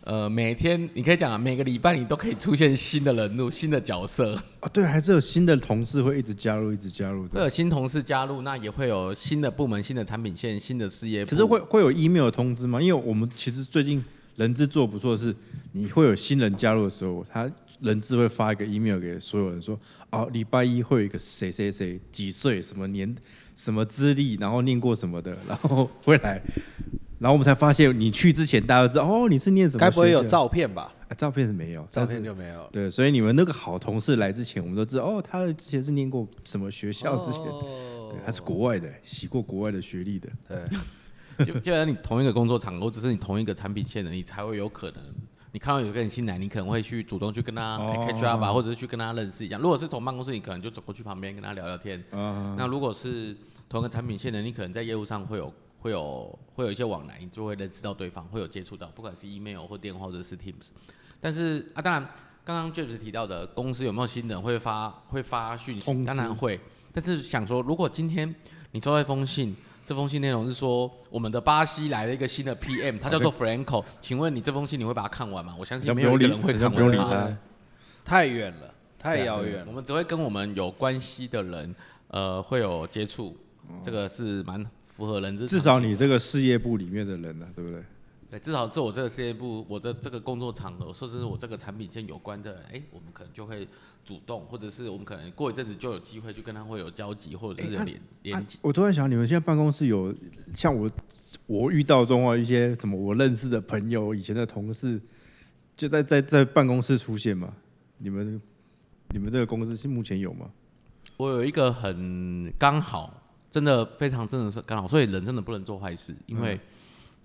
呃，每天你可以讲、啊，每个礼拜你都可以出现新的人物、新的角色，
啊，对，还是有新的同事会一直加入，一直加入
会
的。
有新同事加入，那也会有新的部门、新的产品线、新的事业部
可是会会有 email 通知吗？因为我们其实最近人资做得不错的是，你会有新人加入的时候，他人资会发一个 email 给所有人说，哦，礼拜一会有一个谁谁谁几岁什么年什么资历，然后念过什么的，然后会来，然后我们才发现你去之前大家都知道，哦，你是念什么？
嗯该不会有、照片吧？
啊？照片是没有，
照
但是
片就没有了。
对，所以你们那个好同事来之前，我们都知道哦，他之前是念过什么学校，之前、
哦
对他是国外的，洗过国外的学历的。
对，
就就像你同一个工作场合，只是你同一个产品线的，你才会有可能。你看到有个人新来，你可能会去主动去跟他
哦
catch up 啊，或者是去跟他认识一下。如果是同办公室，你可能就走过去旁边跟他聊聊天。
啊、
那如果是同一个产品线的，你可能在业务上会有会有会有一些往来，你就会认识到对方，会有接触到，不管是 email 或电话或者是 Teams。但是啊，当然，刚刚 James 提到的公司有没有新人会发会发讯
通
息，
知
当然会。但是想说，如果今天你收到一封信，这封信内容是说我们的巴西来了一个新的 PM，他叫做 Franco，请问你这封信你会把它看完吗？我相
好
信
像
没
不
有
用
一
理，
个人会
好
看完
像
它。
不用理他。
太远了，太遥远
我
了。
们只会跟我们有关系的人，呃，会有接触，这个是蛮符合人之常情
哦至
的。
少你这个事业部里面的人呢、啊对不对？
对，至少是我这个事业部，我的这个工作场合，甚至是我这个产品线有关的人，哎、我们可能就会主动，或者是我们可能过一阵子就有机会去跟他会有交集，或者是有连、
啊
连接。
我突然想，你们现在办公室有像我，我遇到中啊一些什么我认识的朋友、以前的同事，就在在在办公室出现吗？你们你们这个公司是目前有吗？
我有一个很刚好，真的非常真的是刚好，所以人真的不能做坏事，因
嗯
为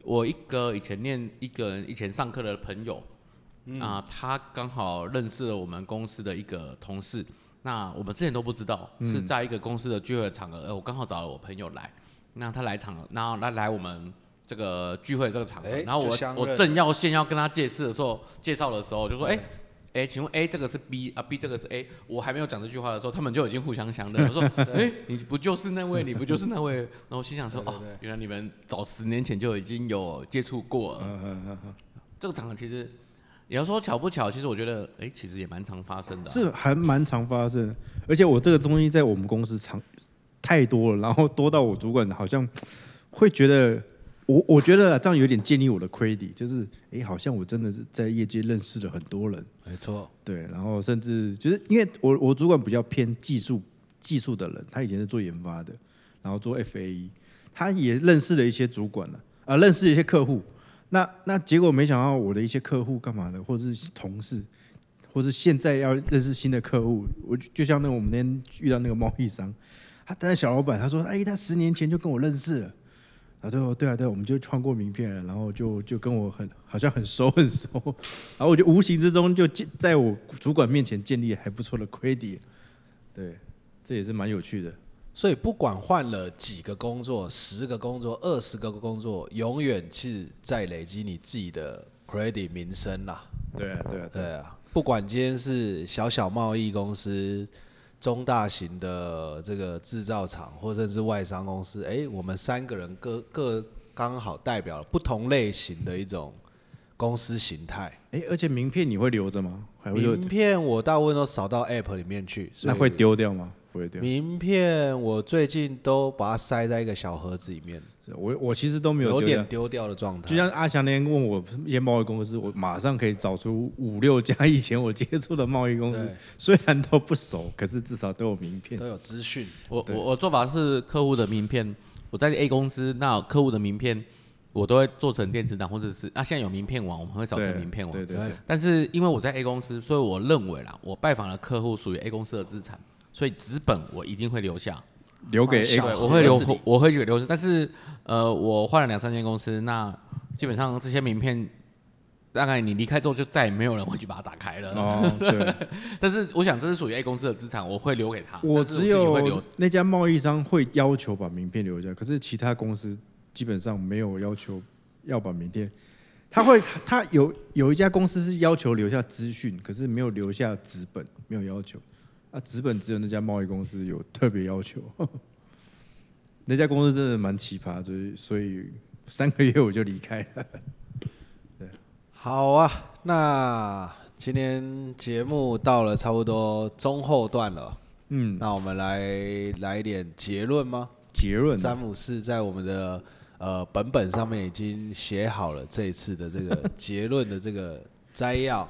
我一个以前念一个以前上课的朋友，
嗯
啊、他刚好认识了我们公司的一个同事，那我们之前都不知道，
嗯
是在一个公司的聚会场合，呃，我刚好找了我朋友来，那他来场，然后来来我们。这个聚会这个场合，
哎
然后
就
我
相认
我正要先要跟他解释的时候，介绍的时候就说，哎、哎、请问 A 这个是 B 啊，B 这个是 A。我还没有讲这句话的时候，他们就已经互相相认了。我说：“ *laughs* 哎、你不就是那位？你不就是那位？”然后我心想说：“
对对对
哦，原来你们早十年前就已经有接触过了。
嗯嗯嗯嗯，
这个场合其实你要说巧不巧，其实我觉得，哎、其实也蛮常发生的啊、
是还蛮常发生的，而且我这个东西在我们公司常太多了，然后多到我主管好像会觉得我，我觉得啊这样有点建立我的 credit，就是哎、诶好像我真的是在业界认识了很多人，
没错，
对，然后甚至就是因为我我主管比较偏技术技术的人，他以前是做研发的，然后做 FAE，他也认识了一些主管了，啊、认识了一些客户。那那结果没想到我的一些客户干嘛的，或者是同事，或是现在要认识新的客户，我就就像那个我们那天遇到那个贸易商，他他那小老板他说，哎，他十年前就跟我认识了。啊，对哦，对啊，对啊，我们就穿过名片了，然后就就跟我很好像很熟很熟，然后我就无形之中就建在我主管面前建立还不错的 credit，对，这也是蛮有趣的。
所以不管换了几个工作，十个工作、二十个工作，永远是在累积你自己的 credit 名声啦。
对啊，对啊，对啊
对啊，不管今天是小小贸易公司、中大型的这个制造厂，或甚至外商公司，哎，我们三个人各各刚好代表了不同类型的一种公司形态。
哎，而且名片你会留着吗？还会有
名片我大部分都扫到 App 里面去，所以
哎那会丢掉吗？不会丢。
名片我最近都把它塞在一个小盒子里面，
是我我其实都没有
有
丢
点
掉。
丢掉的状态。
就像阿翔那天问我一些贸易公司，我马上可以找出五六家 *laughs* 以前我接触的贸易公司
对，
虽然都不熟，可是至少都有名片。
都有资讯，
我
对
我我做法是客户的名片，我在 A 公司，那客户的名片我都会做成电子档，或者是啊，现在有名片网，我们会扫成
对
名片网
对。对对，
但是因为我在 A 公司，所以我认为啦，我拜访的客户属于 A 公司的资产，所以纸本我一定会留下。
留给 A
小
对，
盒
我会留
子里，
我会留着。但是呃，我换了两三间公司，那基本上这些名片，大概你离开之后就再也没有人会去把它打开了。
哦，对。
但是我想这是属于 A 公司的资产，我会留给他。
我
啊但是
只
自己会留
有那家贸易商会要求把名片留下，可是其他公司基本上没有要求要把名片，他会他有有一家公司是要求留下资讯，可是没有留下纸本，没有要求啊，纸本只有那家贸易公司有特别要求， *laughs* 那家公司真的蛮奇葩，就是所以三个月我就离开了。
好啊，那今天节目到了差不多中后段了，
嗯，
那我们来来一点结论吗？
结论啊
詹姆士在我们的呃本本上面已经写好了这一次的这个结论的这个摘要。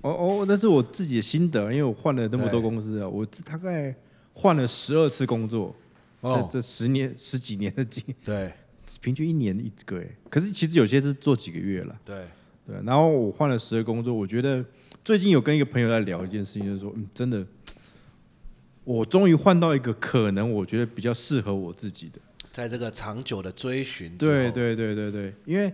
哦哦，那是我自己的心得，因为我换了那么多
对
公司啊，我大概换了十二次工作，
哦
这这十年 *laughs* 十几年的经，
对
平均一年一个哎，可是其实有些是做几个月了，
对，
对。啊然后我换了十个工作，我觉得最近有跟一个朋友在聊一件事情，就是说，嗯，真的，我终于换到一个可能我觉得比较适合我自己的。
在这个长久的追寻之后，
对对对对对，因为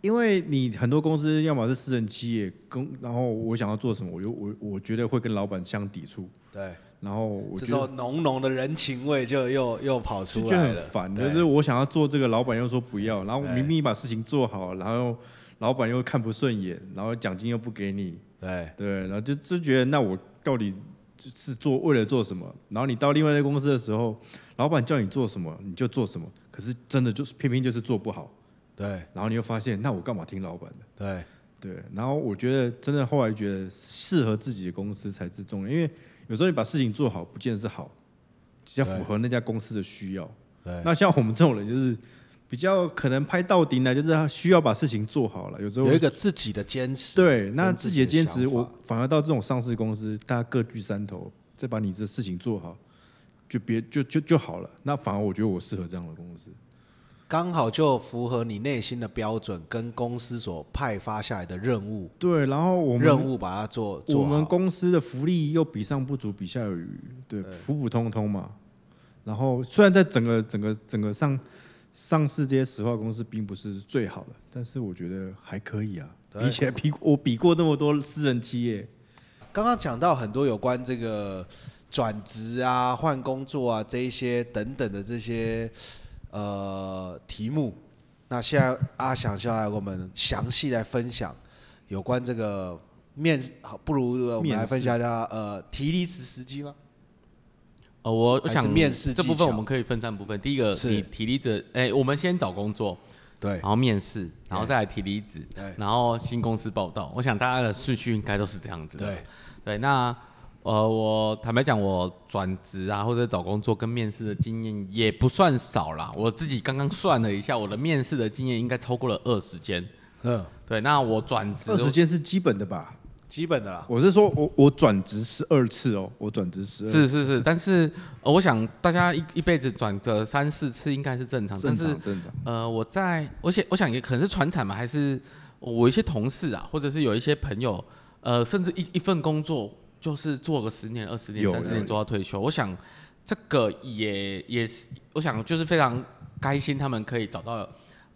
因为你很多公司要么是私人企业，跟然后我想要做什么，我就我我觉得会跟老板相抵触，
对，
然后我
这
觉
时
得
候浓浓的人情味就又又跑
就
出
就
来
很
了，
烦，就
对
是我想要做这个，老板又说不要，然后
对
明明把事情做好，然后老板又看不顺眼，然后奖金又不给你，
对
对，然后就就觉得那我到底是做为了做什么？然后你到另外一个公司的时候，老板叫你做什么你就做什么，可是真的就是偏偏就是做不好，
对
然后你又发现那我干嘛听老板的？
对
对，然后我觉得真的后来觉得适合自己的公司才是重要，因为有时候你把事情做好，不见得是好，只要符合那家公司的需要。
对
那像我们这种人，就是比较可能拍到底呢，就是他需要把事情做好了。有时候
有一个自己的坚持，
对，那
跟
自己的坚持，
想法
我反而到这种上市公司，大家各据山头，再把你这事情做好，就别就就就好了。那反而我觉得我适合这样的公司。
刚好就符合你内心的标准，跟公司所派发下来的任务，
对，然后我们
任务把它做做
我
好。
们公司的福利又比上不足，比下有余，对，普普通通嘛。然后虽然在整个整个整个上上市这些石化公司并不是最好的，但是我觉得还可以啊，
对
比起来比我比过那么多私人企业，
刚刚讲到很多有关这个转职啊、换工作啊这一些等等的这些呃题目，那现在阿翔就要来跟我们详细来分享有关这个面试，好不如呃我们
面
来分
试
享一下呃提离职时机吗？
呃，我我
还
想
是面试
这
技
部分我
巧
们可以分三部分。第一个，
是
你体力者，哎、我们先找工作，
对
哎
然，后面试，然后再来提离职
对，
然后新公司报道。我想大家的顺序应该都是这样子的。
对
对，那呃，我坦白讲，我转职啊或者找工作跟面试的经验也不算少啦。我自己刚刚算了一下，我的面试的经验应该超过了二十间。
嗯，
对，那我转职
二十间是基本的吧？
基本的啦，
我是说我我转职十二次哦，我转职十二，
是是是，但是、呃、我想大家一一辈子转个三四次应该是正常，
正
但是
常正常。
呃，我在，而且我想也可能是传产嘛，还是我一些同事啊，或者是有一些朋友，呃，甚至一一份工作就是做个十年、二十年、
有
三十
有
年做到退休，我想这个也也是，我想就是非常开心，他们可以找到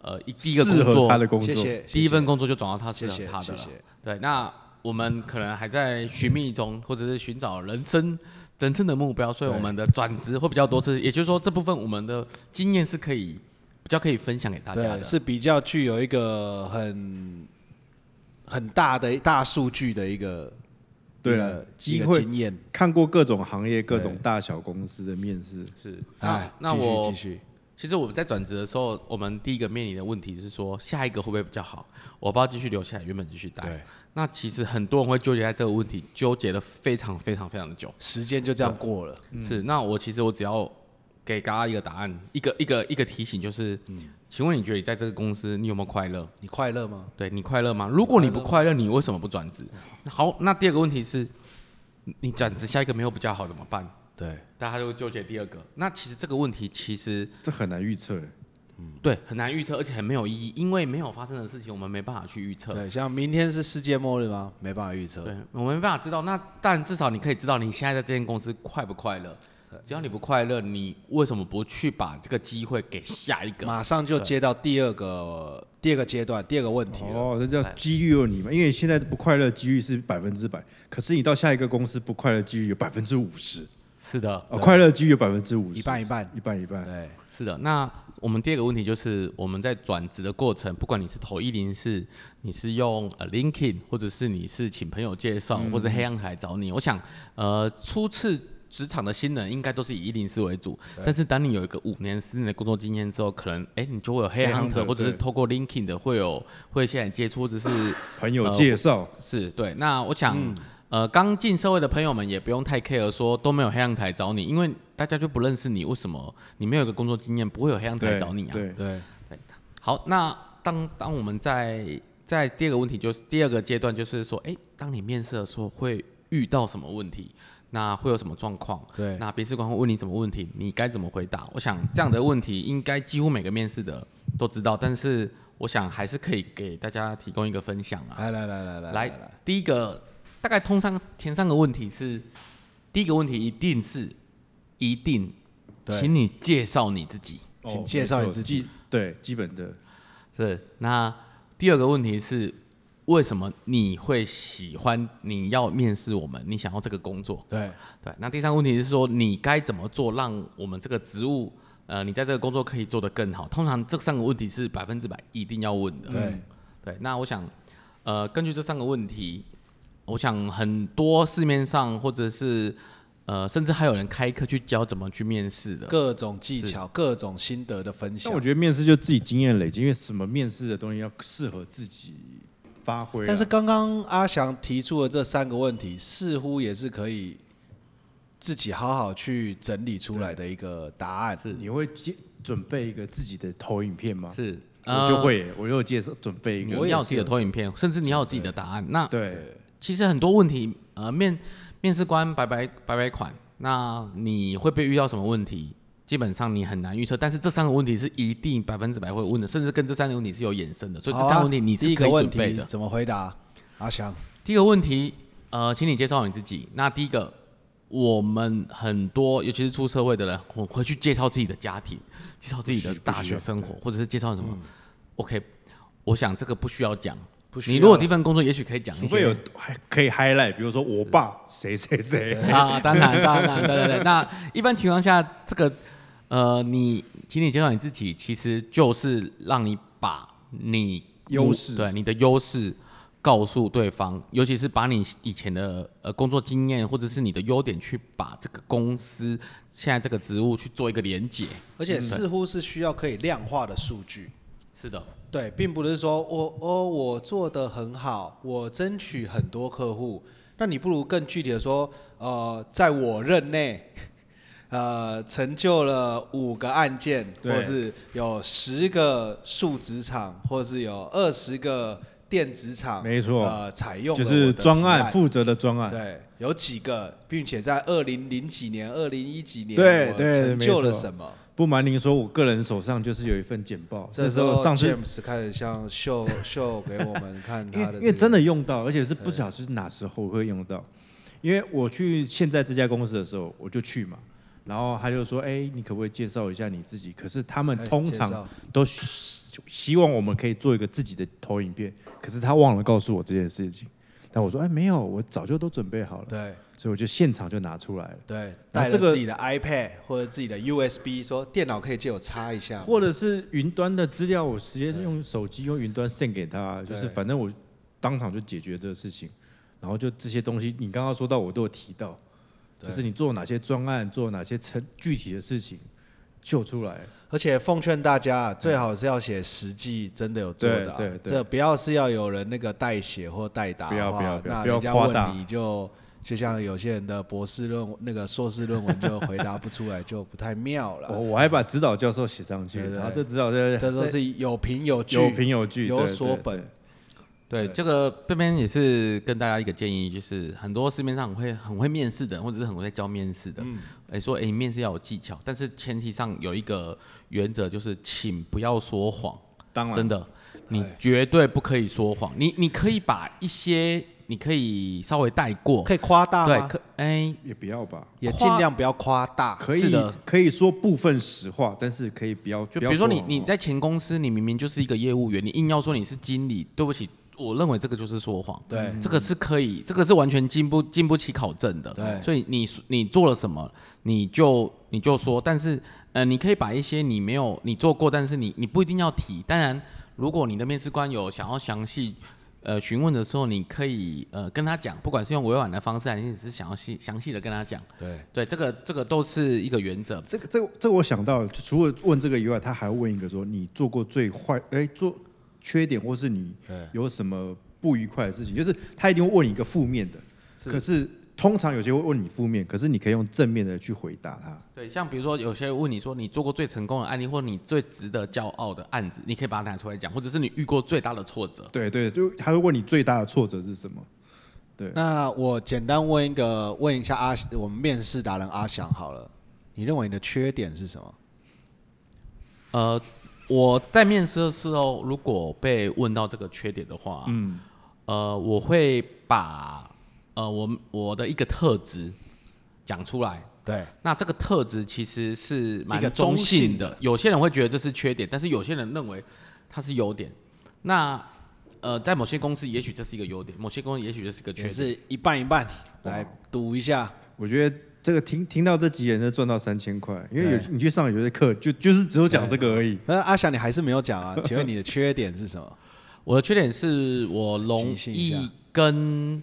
呃一第一个
适
工
合
作，
他的工
谢
作，
谢，
第一
谢谢
份工作就找到他适
谢
合
谢
他的
谢
了。
谢，
对，那我们可能还在寻觅中，或者是寻找人生人生的目标，所以
对
我们的转职会比较多次。也就是说，这部分我们的经验是可以比较可以分享给大家的
对，。是比较具有一个很很大的大数据的一个
对
一
了
个
机
一个
会
经验。
看过各种行业、各种
对
大小公司的面试，
是，
哎
那，那
继续
我
继续，
其实我们在转职的时候，我们第一个面临的问题是说，下一个会不会比较好？我不要继续留下来，原本继续待。
对，
那其实很多人会纠结在这个问题，纠结的非常非常非常的久。
时间就这样过了。
是，那我其实我只要给大家一个答案，一个一个一个提醒，就是，
嗯
请问你觉得你在这个公司你有没有快乐？
你快乐吗？
对你快乐吗？如果你不快乐，你为什么不转职？好，那第二个问题是，你你转职下一个没有比较好怎么办？
对，
大家就会纠结第二个。那其实这个问题其实
这很难预测。
对很难预测，而且很没有意义，因为没有发生的事情我们没办法去预测。
对，像明天是世界末日吗？没办法预测。
对，我没办法知道。那但至少你可以知道你现在在这间公司快不快乐。只要你不快乐，你为什么不去把这个机会给下一个？
马上就接到第二个第二个阶段，第二个问题了。哎
哦，这叫几率有你嘛？因为现在不快乐几率是百分之百，可是你到下一个公司不快乐几率有百分之五十，
是的，
啊，快乐基于百分之五十，
一半一半，
一半一半，
对，
是的。那我们第二个问题就是，我们在转职的过程，不管你是投一零四，你是用呃 LinkedIn，或者是你是请朋友介绍，或者黑暗海找你，我想，呃，初次职场的新人应该都是以一零四为主，但是当你有一个五年、十年的工作经验之后，可能哎、你就会有黑
Headhunter，
暗 hunter，或者是
对
透过 LinkedIn 的会有会现在接触，或者是
朋友介绍，
呃
是对，那我想，呃，刚进社会的朋友们也不用太 care 说都没有黑阳台找你，因为大家就不认识你，为什么你没有一个工作经验，不会有黑阳台
对，
找你啊？
对，
对，
好，那当当我们在在第二个问题就是第二个阶段，就是说，哎、当你面试的时候会遇到什么问题？那会有什么状况？
对
那面试官会问你什么问题，你该怎么回答？我想这样的问题应该几乎每个面试的都知道，但是我想还是可以给大家提供一个分享啊。
来来来来来
来
来，，
第一个大概通常前三个问题是，第一个问题一定是一定，
对
请你介绍你自己。
哦
请介绍你自己
没错基对，基本的，
是，那第二个问题是，为什么你会喜欢你要面试我们，你想要这个工作？
对，
对，那第三个问题是说，你该怎么做，让我们这个职务，呃，你在这个工作可以做得更好？通常这三个问题是百分之百一定要问的。
嗯
对
对，那我想，呃，根据这三个问题，我想很多市面上或者是呃，甚至还有人开课去教怎么去面试的。
各种技巧、各种心得的分享
但我。觉得面试就自己经验累积，因为什么面试的东西要适合自己发挥啊。
但是刚刚阿翔提出的这三个问题，似乎也是可以自己好好去整理出来的一个答案。
是
你会接准备一个自己的投影片吗？
是，呃
我就会耶，我就介绍准备一个。
你
呃我也
要有
是
自己的
有
投影片，甚至你要有自己的答案。那
对，
其实很多问题，呃，面面试官白白白白款，那你会被遇到什么问题？基本上你很难预测，但是这三个问题是一定百分之百会问的，甚至跟这三个问题是有衍生的，所以这
好啊
三个问题你
第
是
一
可
个
以
问
准备
题
的。
怎么回答？阿翔，
第一个问题，呃，请你介绍你自己。那第一个，我们很多，尤其是出社会的人，我会去介绍自己的家庭，介绍自己的
不需嗯
大学生活，或者是介绍什么。OK，我想这个不需要讲。
不需要
你如果有这份工作，也许可以讲一些。
除非有还可以 highlight，比如说我爸谁谁谁，
*laughs* 啊，当然，当然，对对对。那一般情况下，这个呃，你请你介绍你自己，其实就是让你把你
优势
对你的优势告诉对方，尤其是把你以前的呃工作经验或者是你的优点，去把这个公司现在这个职务去做一个连结。
而且似乎是需要可以量化的数据。
是的，
对，并不是说我哦我做的很好，我争取很多客户。那你不如更具体的说，呃，在我任内， *laughs* 呃，成就了五个案件，或
对
者是有十个数职场，或者是有二十个电子厂，
没错
呃，采用了
就
我
是
的
专
提
案负责的专案。
对，有几个，并且在二零零几年、二零一几年，
对
我
对
成
没
就了
错
什么？
不瞒您说，我个人手上就是有一份简报，
这
那
哦时
时
候
候上次
James 开始像
*laughs*
秀秀给我们看
因
他
为
的、
因为真的用到，而且是不晓得是哪时候会用到。因为我去现在这家公司的时候，我就去嘛，然后他就说：“哎、你可不可以介绍一下你自己？”可是他们
哎
通
介
常
绍
都希希望我们可以做一个自己的投影片，可是他忘了告诉我这件事情。但我说：“哎、没有，我早就都准备好了。
对”
所以我就现场就拿出来了，
对，
那
带着
这个
自己的 iPad 或者自己的 USB，说电脑可以借我插一下吗，
或者是云端的资料，我直接用手机用云端 send 给他，
对
就是反正我当场就解决这个事情。然后就这些东西，你刚刚说到，我都有提到。
对
就是你做哪些专案，做哪些成具体的事情秀出来。
而且奉劝大家啊，最好是要写实际真的有做的、啊，
对对对
这不要是要有人那个代写或代打
不
的
要
话
不要不要
那
不要
人家
夸
问
大
你就就像有些人的博士论文那个硕士论文就回答不出来，就不太妙
我
了。
哦我还把指导教授写上去，
对对
然后这指导教授
这都是有凭有据，
*laughs* 有凭有据，
有
对
所本。
对，这个这边也是跟大家一个建议，就是很多市面上很会很会面试的，或者是很会在教面试的，哎、说哎、诶面试要有技巧，但是前提上有一个原则，就是请不要说谎，
当然
真的，你绝对不可以说谎，你你可以把一些你可以稍微带过，
可以夸大
对，
吗？
可哎、
也不要吧，
也
夸
尽量不要夸大。
可
是
以
的
可以说部分实话，但是可以不要。
就
不
比
要
如说你
谎话
你在前公司，你明明就是一个业务员，你硬要说你是经理，对不起，我认为这个就是说谎。
对
这个是可以，这个是完全经不经不起考证的。
对
所以你你做了什么，你就你就说，但是呃，你可以把一些你没有你做过，但是你你不一定要提。当然，如果你的面试官有想要详细呃询问的时候，你可以呃跟他讲，不管是用委婉的方式，还是你只是想要细详细的跟他讲。
对，
对，这个这个都是一个原则。
这个这个这个我想到了，就除了问这个以外，他还问一个说你做过最坏哎做缺点或是你
对
有什么不愉快的事情，就是他一定会问你一个负面的，
是
可是通常有些会问你负面，可是你可以用正面的去回答他。
对，像比如说有些人问你说你做过最成功的案例，或你最值得骄傲的案子，你可以把它拿出来讲，或者是你遇过最大的挫折。
对对，就他会问你最大的挫折是什么？对，
那我简单问一个，问一下阿，我们面试达人阿翔好了，你认为你的缺点是什么？
呃，我在面试的时候，如果被问到这个缺点的话，
嗯，
呃，我会把呃我我的一个特质讲出来。
对，
那这个特质其实是蛮
一个中
中
性
性
的
的，有些人会觉得这是缺点，但是有些人认为它是优点。那呃，在某些公司也许这是一个优点，某些公司也许这是一个
也
缺点。
是一半一半，来赌一下。
我觉得这个听听到这集人就赚到三千块，因为有
对
你去上有些课就就是只有讲这个而已。
那阿翔，你还是没有讲 *laughs* 啊？请问你的缺点是什么？
我的缺点是我容
即兴一下
易跟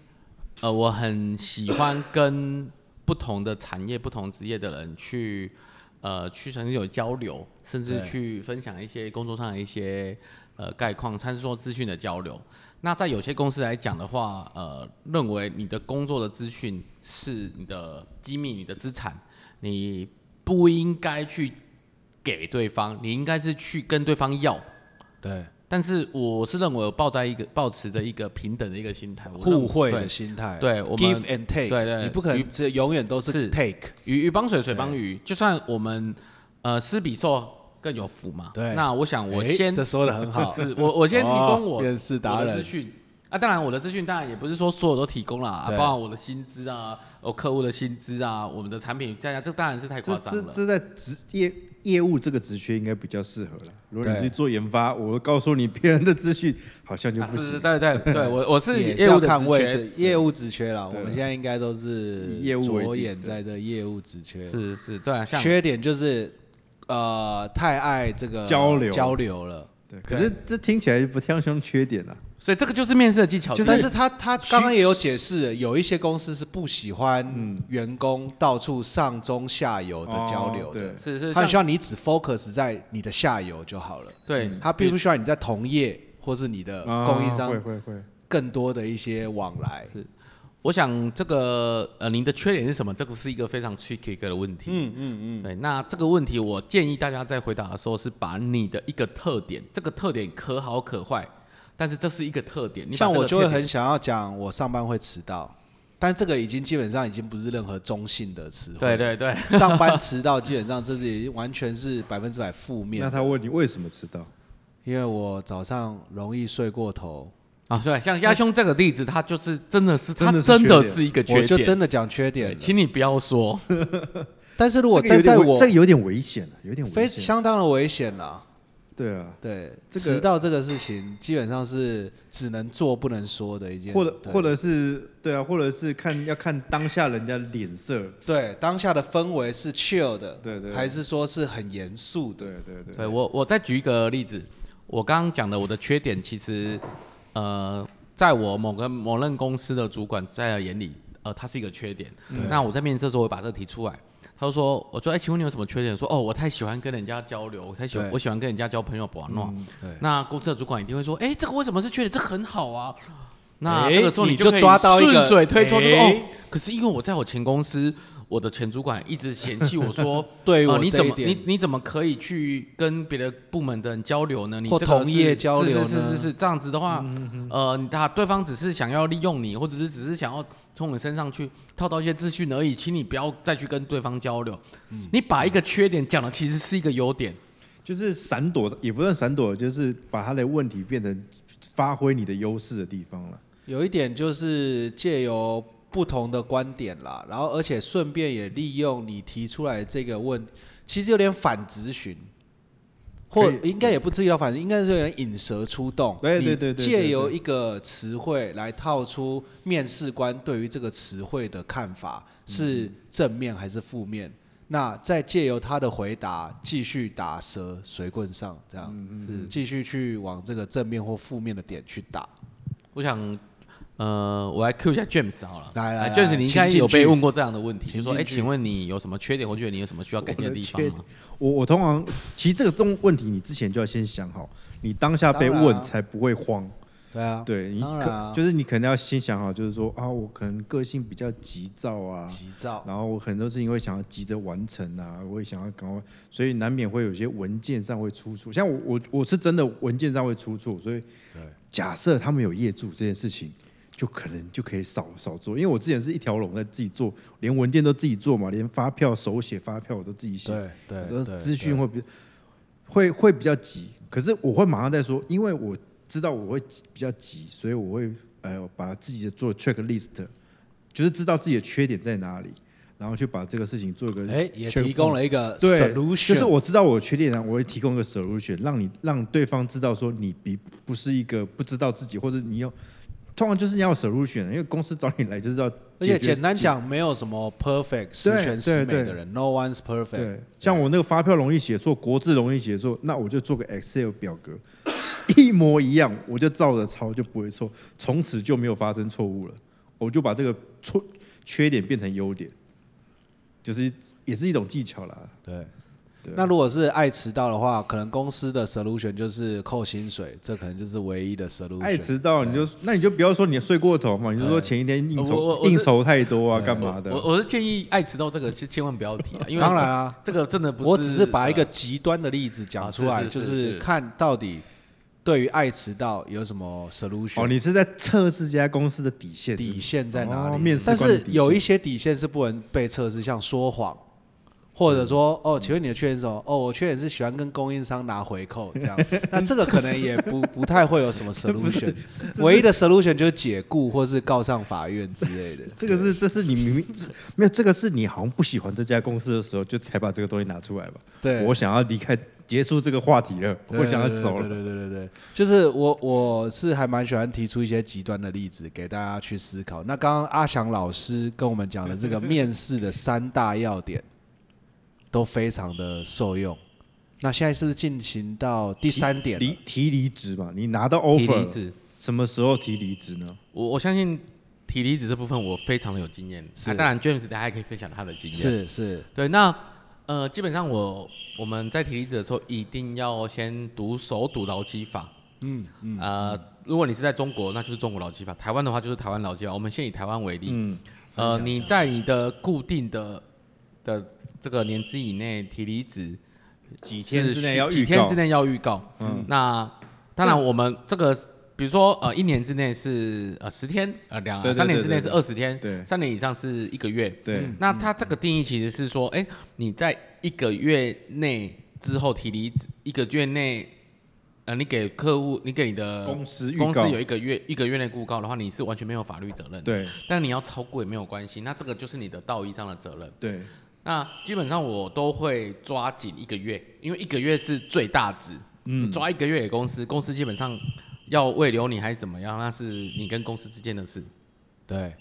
呃，我很喜欢跟不同的产业、不同职业的人去呃去曾经有交流，甚至
对
去分享一些工作上的一些呃概况、参数资讯的交流。那在有些公司来讲的话，呃，认为你的工作的资讯是你的机密、你的资产，你不应该去给对方，你应该是去跟对方要。
*laughs* 对，
但是我是认为我抱在一个抱持着一个平等的一个心态，我认为
互惠的
对
心态，
对我们
，give and take，
对对
你不可能只永远都是
是
take，
鱼鱼帮水，水帮鱼，就算我们呃施比受更有福嘛。
对
那我想我
诶
先
这说的很好，
是我我先提供我
哦面试达人
我的资讯啊，当然我的资讯当然也不是说所有都提供啦，啊
对
包含我的薪资啊，我客户的薪资啊，我们的产品，大家这当然是太夸
这
张
这
了。
这在职业业务这个职缺应该比较适合了。如果你
对
去做研发，我告诉你别人的资讯好像就
啊
不
是，
行。
对对
*laughs*
对，我我 *laughs* 是
也
业
要
务的
看
职
位
缺
置，业务职缺啦。我
对
们现在应该都是
以业务为
着
底
眼
对
在这业务职缺。
是是，对啊，像
缺点就是呃太爱这个
交流
交流了，
对，可是这听起来不像像缺点啊。
所以这个就是面试的技
哦
巧，
就
但
但是他他刚刚也有解释，有一些公司是不喜欢员工到处上中下游的交流的
哦，
是是
他很
像
希望你只 focus 在你的下游就好了，
对
他并不需要你在同业或是你的呃供应
啊会
商
会会，
更多的一些往来。
我想这个呃，您的缺点是什么？这个是一个非常 tricky 的问题。
嗯嗯嗯，
对，那这个问题我建议大家在回答的时候是把你的一个特点，这个特点可好可坏，但是这是一个特点。你把
像
这个
我就会
特点
很想要讲，我上班会迟到，但这个已经基本上已经不是任何中性的词汇。
对对对， *laughs*
上班迟到基本上这是已经完全是百分之百负面
那
的，
他问你为什么迟到？
因为我早上容易睡过头，
啊，对，像鸭兄这个例子，他就是真的是，他
真的是
真
缺
的
点
是一个缺
我
点，
就真的讲缺点
对，
了。
请你不要说，
但是如果
这个
站在
有点危
我
这个有点危险了，有点危
非
险。
相当的危险啦。
对啊，
对，
这个
迟到这个事情基本上是只能做不能说的一件，
或者
对
或者是对啊，或者是看要看当下人家脸色。
对当下的氛围是 chill 的，
对对对
还是说是很严肃的？
对对对
对我，我再举一个例子，我刚刚讲的我的缺点，其实呃，在我某个某任公司的主管在眼里，呃，他是一个缺点。
嗯
那我在面试的时候，我会把这个提出来。他就说：“我说，哎、请问你有什么缺点？”说：“哦，我太喜欢跟人家交流，我太喜欢，
对嗯
我喜欢跟人家交朋友，不玩闹。
对
那公司的主管一定会说：“哎、这个为什么是缺点？这很好啊。”那
哎
这个时候
你
就
就
可以
抓到一个
顺水推舟，就说：“
哎，
哦，可是因为我在我前公司，我的前主管一直嫌弃我说
对
呃
我
你
这
怎
一
么
点
你你怎么可以去跟别的部门的人交流呢？你
或
这个
同
是
业交流
是是是
呢嗯
是是这样子的话，呃，他对方只是想要利用你，或者是只是想要从你身上去套到一些资讯而已，请你不要再去跟对方交流。
嗯
你把一个缺点讲的其实是一个优点，
就是闪躲，也不算闪躲，就是把他的问题变成发挥你的优势的地方了。
有一点就是借由不同的观点啦，然后而且顺便也利用你提出来这个问，其实有点反咨询，或
可以
应该也不至于到反正应该是有人引蛇出洞，
对对
你
对对对
借
对
由
对
一个词汇来套出面试官对于这个词汇的看法
嗯
是正面还是负面，那再借由他的回答继续打蛇随棍上，这样
嗯
是
继续去往这个正面或负面的点去打。
我想，呃，我来 Q 一下 James 好了。
来
哎
来来
，James，你应该
请进
有被
去
问过这样的问题，就
请
说，哎、
进去
请问你有什么缺点，或觉得你有什么需要改进
我的
地方
缺
吗？
我我通常其实这个种问题，你之前就要先想好，你当下被
当然啊
问才不会慌。
对啊，
对你
当然啊
可就是你可能要先想好，就是说啊，我可能个性比较急躁啊，
急躁，
然后我很多事情会想要急着完成啊，我也想要赶快，所以难免会有些文件上会出错。像我我我是真的文件上会出错，所以
对
假设他们有业主这件事情，就可能就可以少少做，因为我之前是一条龙在自己做，连文件都自己做嘛，连发票手写发票我都自己写，
对
所
对
以
对，
资讯
对
会比会会比较急，可是我会马上再说，因为我知道我会比较急，所以我会呃把自己的做 check list，就是知道自己的缺点在哪里，然后去把这个事情做一个
哎也
check
提供
point
了一个
对
solution，
就是我知道我的缺点啊，我会提供一个 solution，让你让对方知道说你比不是一个不知道自己或者你有。通常就是你要有 solution，因为公司找你来就是要
而
解
且
决
简单
解
讲，没有什么 perfect 十全十美
对
的人，no one's perfect
对。，像我那个发票容易写错，国字容易写错，那我就做个 Excel 表格， *laughs* 一模一样，我就照着抄就不会错，从此就没有发生错误了。我就把这个错缺点变成优点，就是也是一种技巧啦。
对。
对
那如果是爱迟到的话，可能公司的 solution 就是扣薪水，这可能就是唯一的 solution。
爱迟到你就那你就不要说你睡过头嘛，你就说前一天应
我我
酬
我是
应酬太多啊，干嘛的
我？我是建议爱迟到这个是千万不要提啊，因为
当然啊，
这个真的不是，啊呃
我只是把一个极端的例子讲出来，
啊是是
就是是
是
看到底对于爱迟到有什么 solution。
哦，你是在测试这家公司的底线，
底线在哪里？
哦面试
但
官的
是
底线
有一些底线是不能被测试，像说谎，或者说
嗯
哦，请问你的缺点是什么？哦，我缺点是喜欢跟供应商拿回扣这样。 *laughs* 那这个可能也不不太会有什
*laughs*
么 solution，唯一的 solution 就是解雇或是告上法院之类的。
这个是，这是你明明这没有，这个是你好像不喜欢这家公司的时候，就才把这个东西拿出来吧。
对
我想要离开，结束这个话题了，
对
我想要走
对
了。
对对对对对，就是我我是还蛮喜欢提出一些极端的例子给大家去思考。那刚刚阿翔老师跟我们讲的这个面试的三大要点，都非常的受用。那现在是不是进行到第三点了
离提离职嘛，你拿到
提离
offer，
职。
什么时候提离职呢？
我我相信提离职这部分我非常的有经验，
是
啊、当然 James 大家也可以分享他的经验。
是是，
对，那呃，基本上我我们在提离职的时候，一定要先读熟读劳基法。
嗯嗯，
呃，如果你是在中国，那就是中国劳基法；台湾的话就是台湾劳基法。我们先以台湾为例，
嗯，
呃，
分享一
你
下
在你的固定的的这个年资以内提离职，
几
几
天之内要
几
预
天
告
之。内要预告。
嗯
那当然，我们这个比如说呃，一年之内是呃十天，呃两
对对
三年
对
之内
对
是
对
二十天，
对嗯
三年以上是一个月。
对，
那它这个定义其实是说，哎、你在一个月内之后提离职，一个月内，呃，你给客户，你给你的
公司预
公司
告
有一个月一个月内公告的话，你是完全没有法律责任的。
对
但你要超过也没有关系，那这个就是你的道义上的责任。
对，
那基本上我都会抓紧一个月，因为一个月是最大值。嗯，抓一个月给公司，公司基本上要未留你还是怎么样，那是你跟公司之间的事。
对，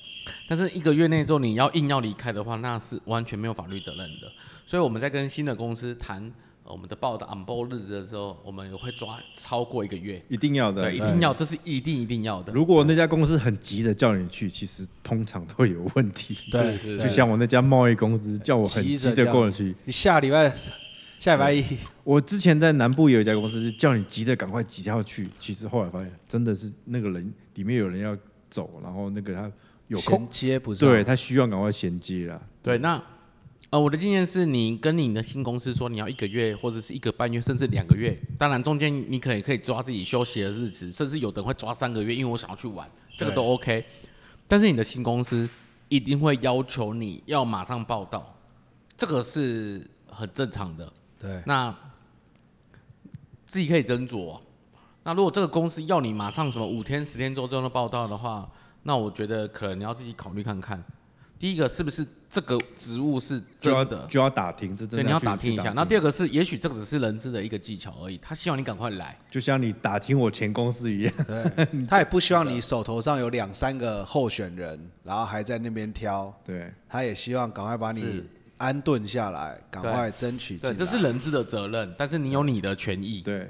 但是一个月内之后你要硬要离开的话，那是完全没有法律责任的。所以我们在跟新的公司谈呃我们的报道 on board 日子的时候，我们也会抓超过一个月，
一定要的嗯
对，一。定要，这是一定一定要的。
如果那家公司很急的叫你去，其实通常都会有问题。
对
是
就像我那家贸易公司叫我很
急着
急的
叫
过去，
你下礼拜下礼拜一，
我之前在南部也有一家公司，就叫你急着赶快急要去，其实后来发现真的是那个人里面有人要走，然后那个他有空
衔，接不上，
对他需要赶快衔接啦。
对，那呃，我的经验是你跟你的新公司说你要一个月或者是一个半月，甚至两个月，当然中间你可以可以抓自己休息的日子，甚至有的人会抓三个月，因为我想要去玩，这个
对
都 OK。但是你的新公司一定会要求你要马上报道，这个是很正常的。
对
那自己可以斟酌、那如果这个公司要你马上什么五天、十天周之后的报道的话，那我觉得可能你要自己考虑看看。第一个是不是这个职务是
就要
真的？
就要打听，这真
对，
的
你要
去
打听一
去
下。那第二个是，也许这个只是人资的一个技巧而已，他希望你赶快来。
就像你打听我前公司
*laughs*
一样，嗯
对，他也不希望你手头上有两三个候选人，然后还在那边挑，
对，
他也希望赶快把你安顿下来，赶快争取进
对，
来。
这是人资的责任，但是你有你的权益。
对，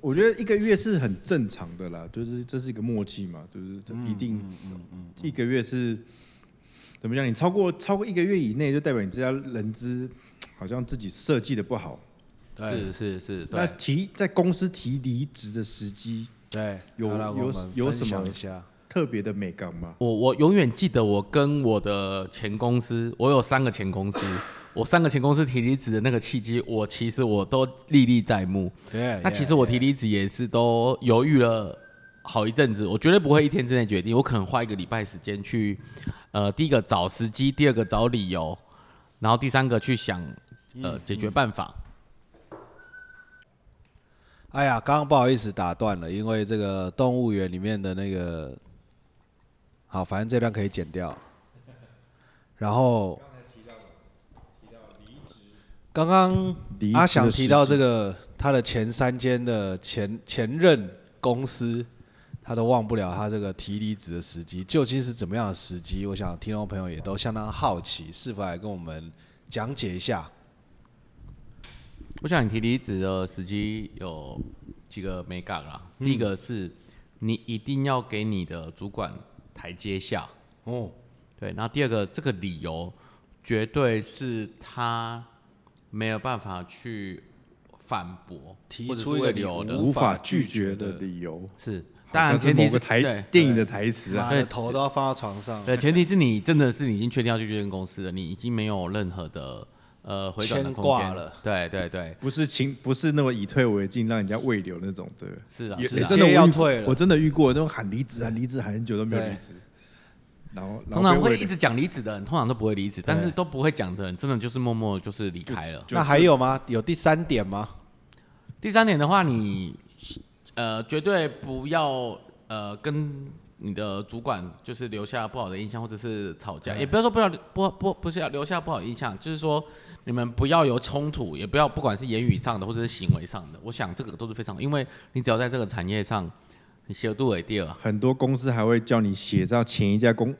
我觉得一个月是很正常的啦，就是这是一个默契嘛，就是这一
嗯
定，一个月是怎么讲？你超过超过一个月以内，就代表你这家人资好像自己设计的不好。
对
是是是，
那
对。
提在公司提离职的时机
对，
有
好了
有
我们
有
分
什么
享一下？
特别的美感嘛？
我我永远记得我跟我的前公司，我有三个前公司，我三个前公司提离职的那个契机，我其实我都历历在目。
对，
那其实我提离职也是都犹豫了好一阵子，我绝对不会一天之内决定，我可能花一个礼拜时间去，呃，第一个找时机，第二个找理由，然后第三个去想呃解决办法。
哎呀，刚刚不好意思打断了，因为这个动物园里面的那个，好，反正这段可以剪掉。然后，刚刚
离职
阿
的
翔
时
提到
机
这个他的前三间的前前任公司，他都忘不了他这个提离职的时机究竟是怎么样的时机？我想听众朋友也都相当好奇，是否来跟我们讲解一下？
我想你提离职的时机有几个美感啦。第一个是你一定要给你的主管台阶下，
哦，
对。然后第二个，这个理由绝对是他没有办法去反驳，
提
或者是
出一个
为
理
理由的
无
无
法
法
拒
拒
绝
绝
的
的理由，
是。
好
当
像
然
是
前提
某
是
个台
对
电影的台词啊，
妈的头都要放到床上了。
对，前提是你真的是你已经确定要去这间公司了，你已经没有任何的呃回转的
牵
空
挂
间
了。
对对对，
不是情，不是那么以退为进，让人家胃流那种，对。
是啊
也
是
也
啊。
真的
我遇
要
过
退了
我真的遇过那种喊离职、喊离职、喊很久都没有
对
离职，然后然后
通常
被
会
喂
一直讲离职的人，通常都不会离职，但是都不会讲的人，真的就是默默就是离开了。
就
那还有吗？有第三点吗？
第三点的话，你呃绝对不要呃跟你的主管就是留下不好的印象，或者是吵架，也不要说不要不不不是要留下不好的印象，就是说你们不要有冲突，也不要不管是言语上的或者是行为上的，我想这个都是非常，因为你只要在这个产业上，你协度为第二，
很多公司还会叫你写上前一家公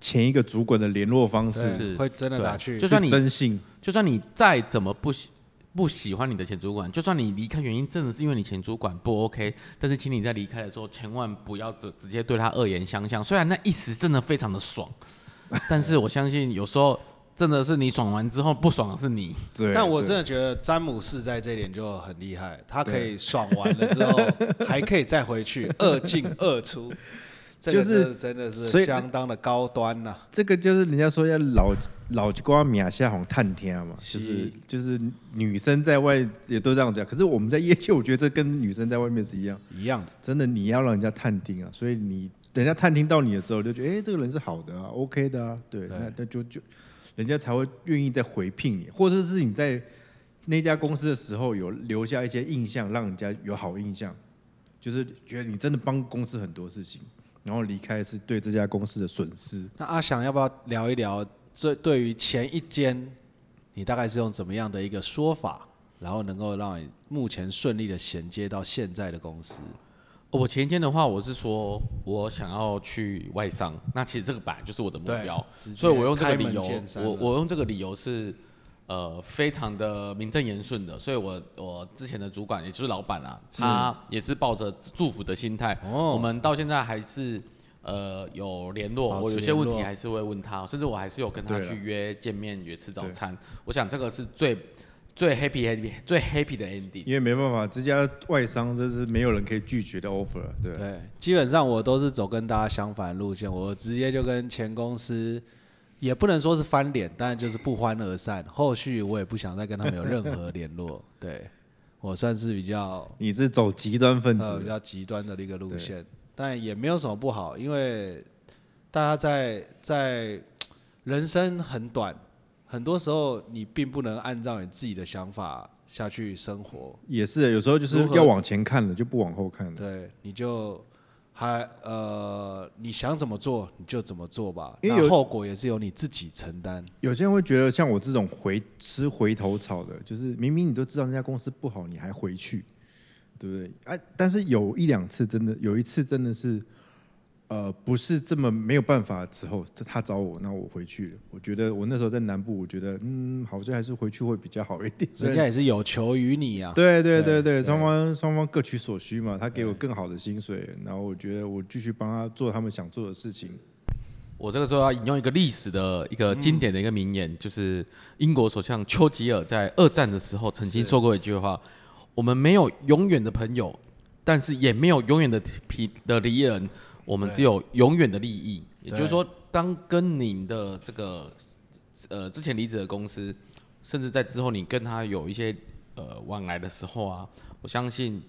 前一个主管的联络方
对
式，
是
会真的拿去
对就算你
去征信，
就算你再怎么不喜不喜欢你的前主管，就算你离开原因真的是因为你前主管不 OK，但是请你在离开的时候千万不要直直接对他恶言相向。虽然那一时真的非常的爽，但是我相信有时候真的是你爽完之后不爽的是你。
对。
但我
对
真的觉得詹姆士在这一点就很厉害，他可以爽完了之后，还可以再回去二进二出，这个
就是
真的
所
是
以
相当的高端呐、
这个就是人家说要老老瓜米下红探天啊嘛，
是
就是就是女生在外也都这样啊讲，可是我们在业界，我觉得这跟女生在外面是一样，
一样。
真的你要让人家探听啊，所以你人家探听到你的时候，就觉得哎、诶这个人是好的啊，OK 的啊，
对
对，那那就就人家才会愿意再回聘你，或者是你在那家公司的时候有留下一些印象，让人家有好印象，就是觉得你真的帮公司很多事情，然后离开是对这家公司的损失。
那阿翔要不要聊一聊这对于前一间，你大概是用怎么样的一个说法，然后能够让你目前顺利的衔接到现在的公司？
哦我前一天的话，我是说我想要去外商，那其实这个本来就是我的目
对
标，
直接
所以我用这个
开门
理由
见，山
我
了
我用这个理由是呃非常的名正言顺的，所以我我之前的主管也就是老板啊，他也是抱着祝福的心态，
哦
我们到现在还是。呃，有联络，
保持
我有些
联
问
络
题还是会问他，甚至我还是有跟他
对啊
去约见面、约吃早
对
餐。我想这个是最最 happy happy 最 happy 的 ending。
因为没办法，这家外商这是没有人可以拒绝的 offer，对吧，
对，基本上我都是走跟大家相反的路线，我直接就跟前公司，也不能说是翻脸，但就是不欢而散。后续我也不想再跟他们有任何联络。
*laughs*
对我算是比较
你是走极端分子
呃比
的，
较极端的一个路
对
线，但也没有什么不好，因为大家在在人生很短，很多时候你并不能按照你自己的想法下去生活。
也是有时候就是
如何
要往前看了，就不往后看了。
对，你就还呃，你想怎么做你就怎么做吧，
因为
那
有
后果也是由你自己承担。
有些人会觉得像我这种回吃回头草的，就是明明你都知道那家公司不好，你还回去，对不对？哎、但是有一两次真的，有一次真的是，呃，不是这么没有办法之后，他他找我，那我回去了。我觉得我那时候在南部，我觉得嗯，好像还是回去会比较好一点。虽
人
然
家也是有求于你啊。
对对
对
对对，双方双方各取所需嘛，他给我更好的薪水，然后我觉得我继续帮他做他们想做的事情。
我这个时候要引用一个历史的一个经典的一个名言，就是英国首相丘吉尔在二战的时候曾经说过一句话：“我们没有永远的朋友，但是也没有永远的敌的敌人，我们只有永远的利益。”也就是说，当跟您的这个呃之前离职的公司，甚至在之后你跟他有一些呃往来的时候啊，我相信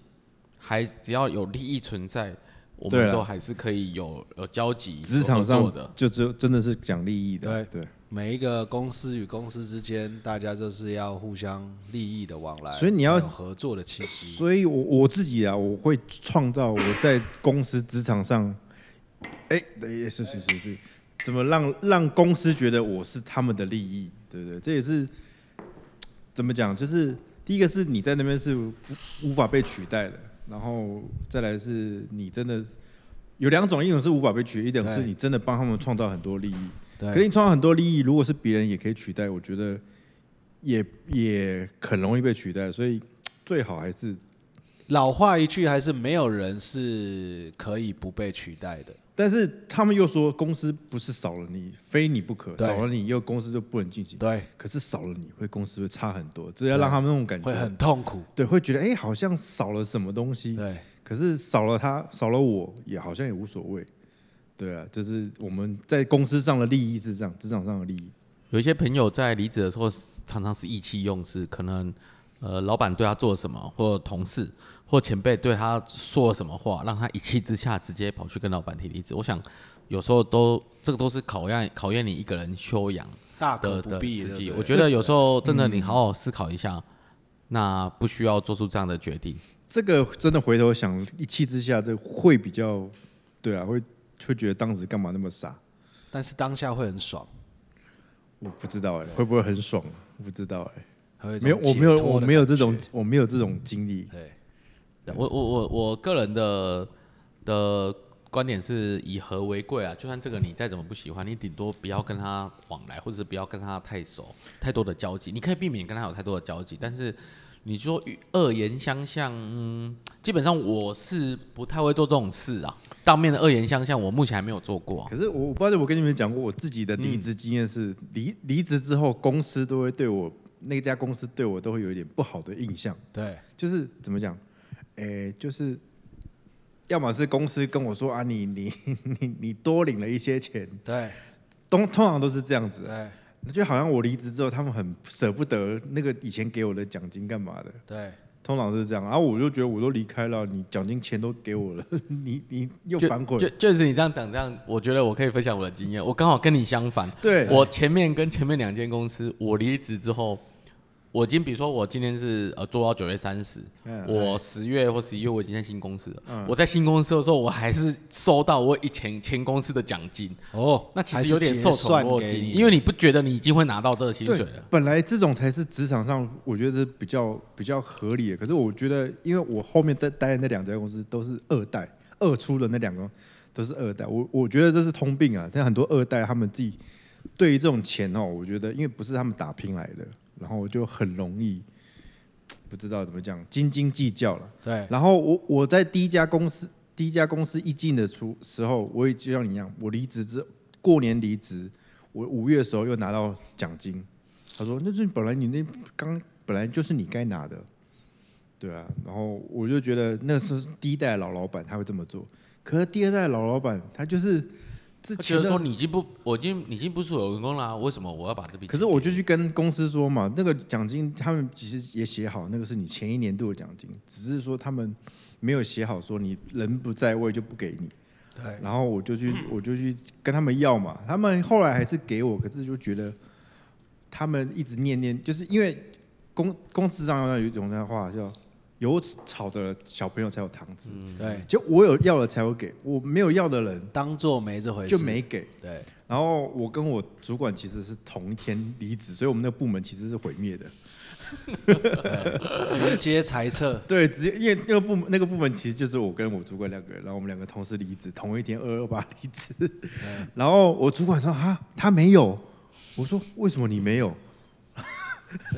还只要有利益存在。我
对
们
啦
都还是可以有有交集，
职场
有合
上
作的，
就只有真的是讲利益的，对。
每一个公司与公司之间，大家就是要互相利益的往来，
所以你要
才有合作的气息。
所以我，我自己啊，我会创造我在公司职场上， *laughs* 哎、对是是是是，怎么让让公司觉得我是他们的利益，对不对？这也是怎么讲，就是第一个是你在那边是无无法被取代的，然后再来是你真的有两种，一种是无法被取代，一种是
对
你真的帮他们创造很多利益。
对，
可是你创造很多利益，如果是别人也可以取代，我觉得也也很容易被取代，所以最好还是。
老话一句，还是没有人是可以不被取代的。
但是他们又说公司不是少了你，非你不可，
对
少了你又公司就不能进行。
对，
可是少了你会公司会差很多，这要让他们那种感
会
觉，
很痛苦。
对，会觉得哎、好像少了什么东西。
对，
可是少了他，少了我也好像也无所谓。对啊，就是我们在公司上的利益是这样，职场上的利益。
有一些朋友在离职的时候，常常是意气用事，可能呃，老板对他做了什么，或同事或前辈对他说了什么话，让他一气之下直接跑去跟老板提离职。我想，有时候都这个都是考验考验你一个人修养
大啊可
的
不
的
必
自
对
己。
不对嗯
我觉得有时候真的你好好思考一下，那不需要做出这样的决定。
这个真的回头想，一气之下，这会比较，对啊，会会觉得当时干嘛那么傻？
但是当下会很爽，
我不知道哎、会不会很爽？不知道哎、
还会一种
没有，我没有
解，脱的
我没有
感
这
觉
种，我没有这种经历。
对，
我我我我个人的的观点是以和为贵啊，就算这个你再怎么不喜欢，你顶多不要跟他往来，或者是不要跟他太熟、太多的交集。你可以避免跟他有太多的交集，但是你说与恶言相向，嗯，基本上我是不太会做这种事啊。当面的恶言相向，我目前还没有做
哦
过啊、
可是我我不知道我跟你们讲过，我自己的
嗯
离职经验是，离离职之后，公司都会对我那家公司对我都会有一点不好的印象，
对，
就是怎么讲，诶、就是。要么是公司跟我说啊，你你 *laughs* 你你多领了一些钱，
对，
通通常都是这样子啊、
对，
就好像我离职之后，他们很舍不得那个以前给我的奖金干嘛的，
对，
通常是这样。然、后我就觉得我都离开了，你奖金钱都给我了， *laughs* 你你又
就
反悔
就，就是你这样讲这样，我觉得我可以分享我的经验。我刚好跟你相反，
对，
我前面跟前面两间公司，我离职之后，我已经比如说我今天是呃做到九月三十、
嗯
我十月或十一月我已经在新公司了、我在新公司的时候，我还是收到我以前前公司的奖金，
哦，
那其
还
实
是
有点
结
受宠
算
若
给
惊，
你，
因为你不觉得你已经会拿到这个薪水
对
了。，
本来这种才是职场上我觉得比较比较合理的。可是我觉得，因为我后面待待的那两家公司都是二代，二出的那两个都是二代，我我觉得这是通病啊。但很多二代他们自己对于这种钱哦，我觉得因为不是他们打拼来的，然后就很容易不知道怎么讲斤斤计较了。
对，
然后我我在第一家公司第一家公司一进的出时候，我也就像你一样，我离职之过年离职，我五月的时候又拿到奖金。他说：“那是本来你那刚本来就是你该拿的，对啊。”然后我就觉得那是第一代的老老板他会这么做，可是第二代的老老板他就是之
他觉
前
得
的
说你已经不，我已经你已经不是我员工啦、为什么我要把这笔？
可是我就去跟公司说嘛，那个奖金他们其实也写好，那个是你前一年度的奖金，只是说他们没有写好，说你人不在位就不给你。
对，
然后我就去，我就去跟他们要嘛，他们后来还是给我，可是就觉得他们一直念念，就是因为公公司上有一种那话叫有吵的小朋友才有糖吃，
嗯
对，
就我有要了才有给，我没有要的人
当做没这回事，
就没给。
对，
然后我跟我主管其实是同一天离职，所以我们那个部门其实是毁灭的。
直接裁 *laughs* 撤，
对，直接因为那个部门那个部门其实就是我跟我主管两个人，然后我们两个同时离职，同一天二二八离职。然后我主管说啊，他没有。我说为什么你没有？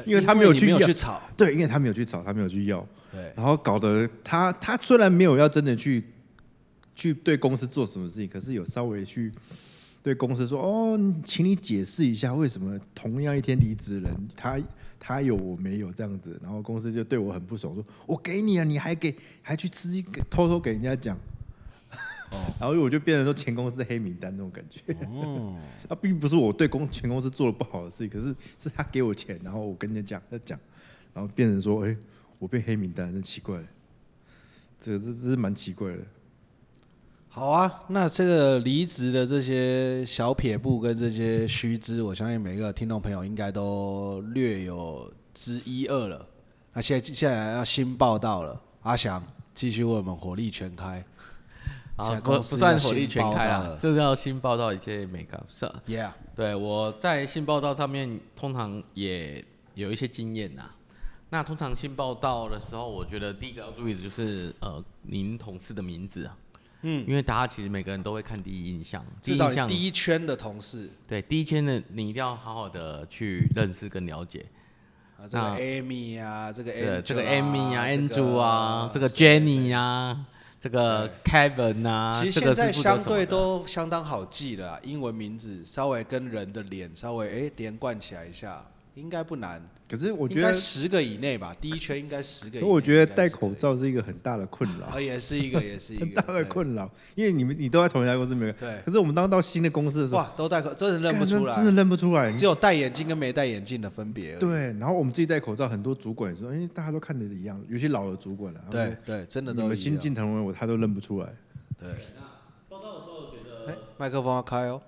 因为他没有
你
去
没有
要
去吵，
对，因为他没有去找，他没有去要，
*laughs* 对，
然后搞得他他虽然没有要真的去去对公司做什么事情，可是有稍微去对公司说哦，请你解释一下为什么同样一天离职的人，他他有我没有这样子，然后公司就对我很不爽，说我给你了，你还给还去吃一个，偷偷给人家讲。然后我就变成说前公司的黑名单那种感觉，
哦，
那啊并不是我对公前公司做了不好的事情，可是是他给我钱，然后我跟人家讲，他讲，然后变成说，哎、我变黑名单，真奇怪了，这个这这是蛮奇怪的。
好啊，那这个离职的这些小撇步跟这些须知，我相信每个听众朋友应该都略有知一二了。那现在现在要新报道了，阿翔继续为我们火力全开。现
啊，
在
不
公
不
司
算
要
火
新
力全
报
开
道
啊
了，
就是要新报道一些美感。是啊，
Yeah，
对我在新报道上面通常也有一些经验呐、那通常新报道的时候，我觉得第一个要注意的就是呃，您同事的名字啊，嗯，因为大家其实每个人都会看第一印象，
至少
印
你
象
第一圈的同事
对第一天的你一定要好好的去认识跟了解。
啊，这个
那
Amy 啊，这个
对，
Angela
这个 Amy 啊
这个
，Andrew 啊，这个
谁谁谁
Jenny 啊，这个 Kevin 啊，
其实
这个
现在
是负责
相
什么
对
的
都相当好记了啊，英文名字稍微跟人的脸稍微哎、诶连贯起来一下，应该不难。
可是我觉
应该
得，
十个以内吧，第一圈应该十个以
可
内。
我觉
应
得
该
戴
是
口罩是一个很大的困
可以
扰，
啊，也是一个，也是一个
很 *laughs* 大的
对
困扰，因为你们你都在同一家公司没有，
对
可是我们当到新的公司的时候，
哇，都戴口，真的认
干
不出
真
来，
的认不出来。
只有戴眼镜跟没戴眼镜的分别而已。
对，然后我们自己戴口罩，很多主管也说，因为大家都看得一样，尤其老的主管了、啊，
对对，真的
你
都一
们
样
新进同仁，我他都认不出来。
对。哎报道的时候觉得麦克风要开哦，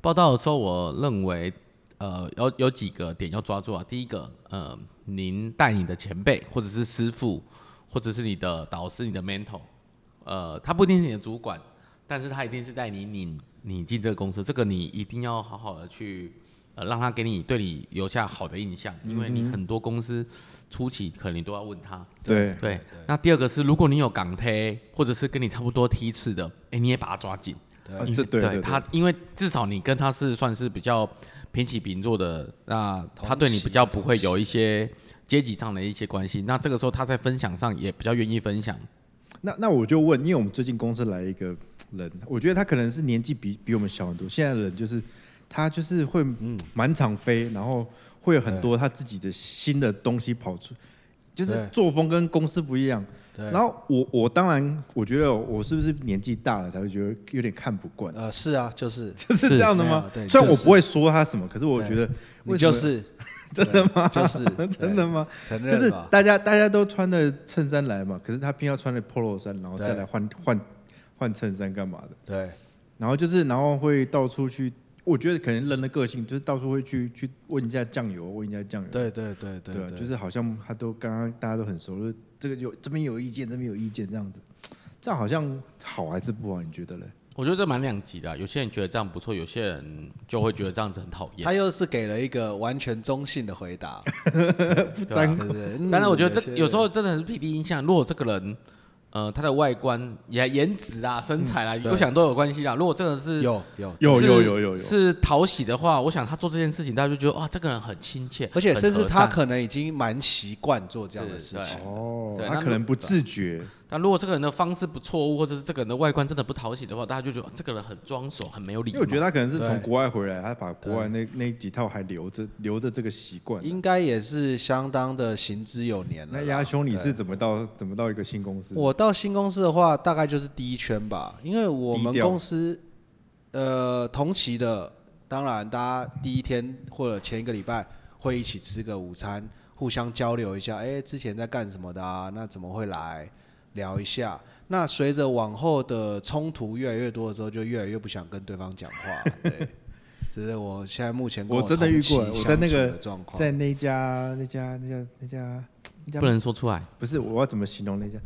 报道的时候，我认为呃有有几个点要抓住啊。第一个，呃，您带你的前辈或者是师傅，或者是你的导师、你的 mentor，呃，他不一定是你的主管，但是他一定是带你你你进这个公司，这个你一定要好好的去。呃，让他给你对你留下好的印象，因为你很多公司初期可能你都要问他，
对，
对，那第二个是，如果你有港推，或者是跟你差不多梯次的，哎、你也把他抓紧。
啊
因
这对对对
他，因为至少你跟他是算是比较平起平坐的，那
同
他对你
期
比较
的
不
同
会
期
有一些阶级上的一些关系。那这个时候他在分享上也比较愿意分享。
那那我就问，因为我们最近公司来一个人，我觉得他可能是年纪比比我们小很多。现在的人就是他就是会
嗯
满场飞，然后会有很多他自己的新的东西跑出，就是
对
作风跟公司不一样。
对
然后我我当然我觉得我是不是年纪大了才会觉得有点看不惯， *laughs*
呃，是啊，就是
就是这样的
没有
吗？
对
虽然我
就是
不会说他什么，可是我觉得
你
为什
就
么
是
*laughs* 真的吗？
对就是
*laughs* 真的吗？
承
就
认
是
吧？
大家大家都穿的衬衫来嘛，可是他偏要穿的 polo 衫，然后再
对
来换换换衬衫干嘛的？
对，
然后就是然后会到处去，我觉得可能人的个性就是到处会去去问一下酱油，问一下酱油，
对对对对
对啊就是好像他都刚刚大家都很熟，就是这个有这边有意见，这边有意见这样子，这样好像好还是不好？你觉得嘞？
我觉得这蛮两极的啊、有些人觉得这样不错，有些人就会觉得这样子很讨厌
他。又是给了一个完全中性的回
*laughs*
答，
不
对啊
沾
对不对？嗯
当然，我觉得这
些
有时候真的是匹敌印象。如果这个人，呃，他的外观、颜颜值啊、身材啊，
嗯对
我想都有关系啊。如果这个人是
有有，
有
是
有有有有
是讨喜的话，我想他做这件事情，大家就觉得哇，这个人很亲切，
而且甚至他
很和善
可能已经蛮习惯做这样的事
是
情
对。
哦，
对啊
他
那
可能
如
不自觉，
但如果这个人的方式不错误，或者是这个人的外观真的不讨喜的话，大家就觉得哇这个人很装熟，很没有礼
因为我
貌。
觉得他可能是从
对
国外回来，他把国外那那几套还留着留着这个习惯。啊
应该也是相当的行之有年了
那
啦。
鸭兄，你是怎么到怎么到一个新公司？
我到新公司的话，大概就是第一圈吧，因为我们
低调
公司呃同期的，当然大家第一天或者前一个礼拜会一起吃个午餐，互相交流一下，哎、之前在干什么的啊？那怎么会来聊一下？那随着往后的冲突越来越多的时候，就越来越不想跟对方讲话。
*laughs*
对，这是我现在目前跟
我真的遇过
同期
我在那个
相处的状况，
在那家那家那家那家家
不能说出来。
不是我要怎么形容那家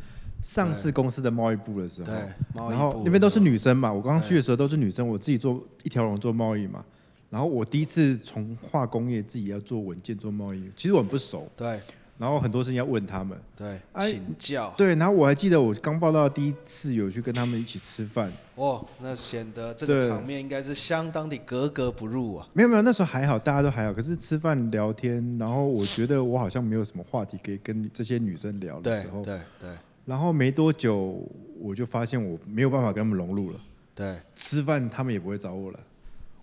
上市公司的贸易部的时候，
对，
然后那边都是女生嘛，我刚刚去的时候都是女生，我自己做一条龙做贸易嘛。然后我第一次从化工业自己要做文件做贸易，其实我很不熟，
对
然后很多事情要问他们。
对，
哎
请教
对，然后我还记得我刚报道的第一次有去跟他们一起吃饭，
哦，那显得这个
对
场面应该是相当的格格不入啊。
没有没有，那时候还好，大家都还好。可是吃饭聊天，然后我觉得我好像没有什么话题可以跟这些女生聊的
对
时候，
对对
然后没多久我就发现我没有办法跟他们融入了。
对，
吃饭他们也不会找我了，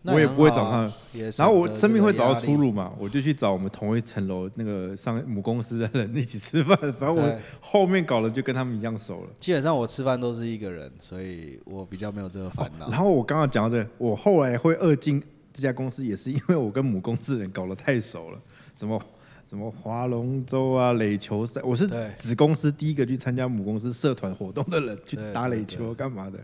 那
我也
很
不会
好
找他
啊
们。
也
然后我
省得
生命
这
会
个
找到
压力
出路嘛，我就去找我们同一层楼那个上母公司的人一起吃饭。反正
对
我后面搞的就跟他们一样熟了。
基本上我吃饭都是一个人，所以我比较没有这个烦恼。
然后我刚刚讲到这个，我后来会二进这家公司，也是因为我跟母公司人搞得太熟了， *laughs* 什么什么划龙舟啊、垒球赛，我是
对
子公司第一个去参加母公司社团活动的人，去
对
打
对
垒
对
球干嘛的，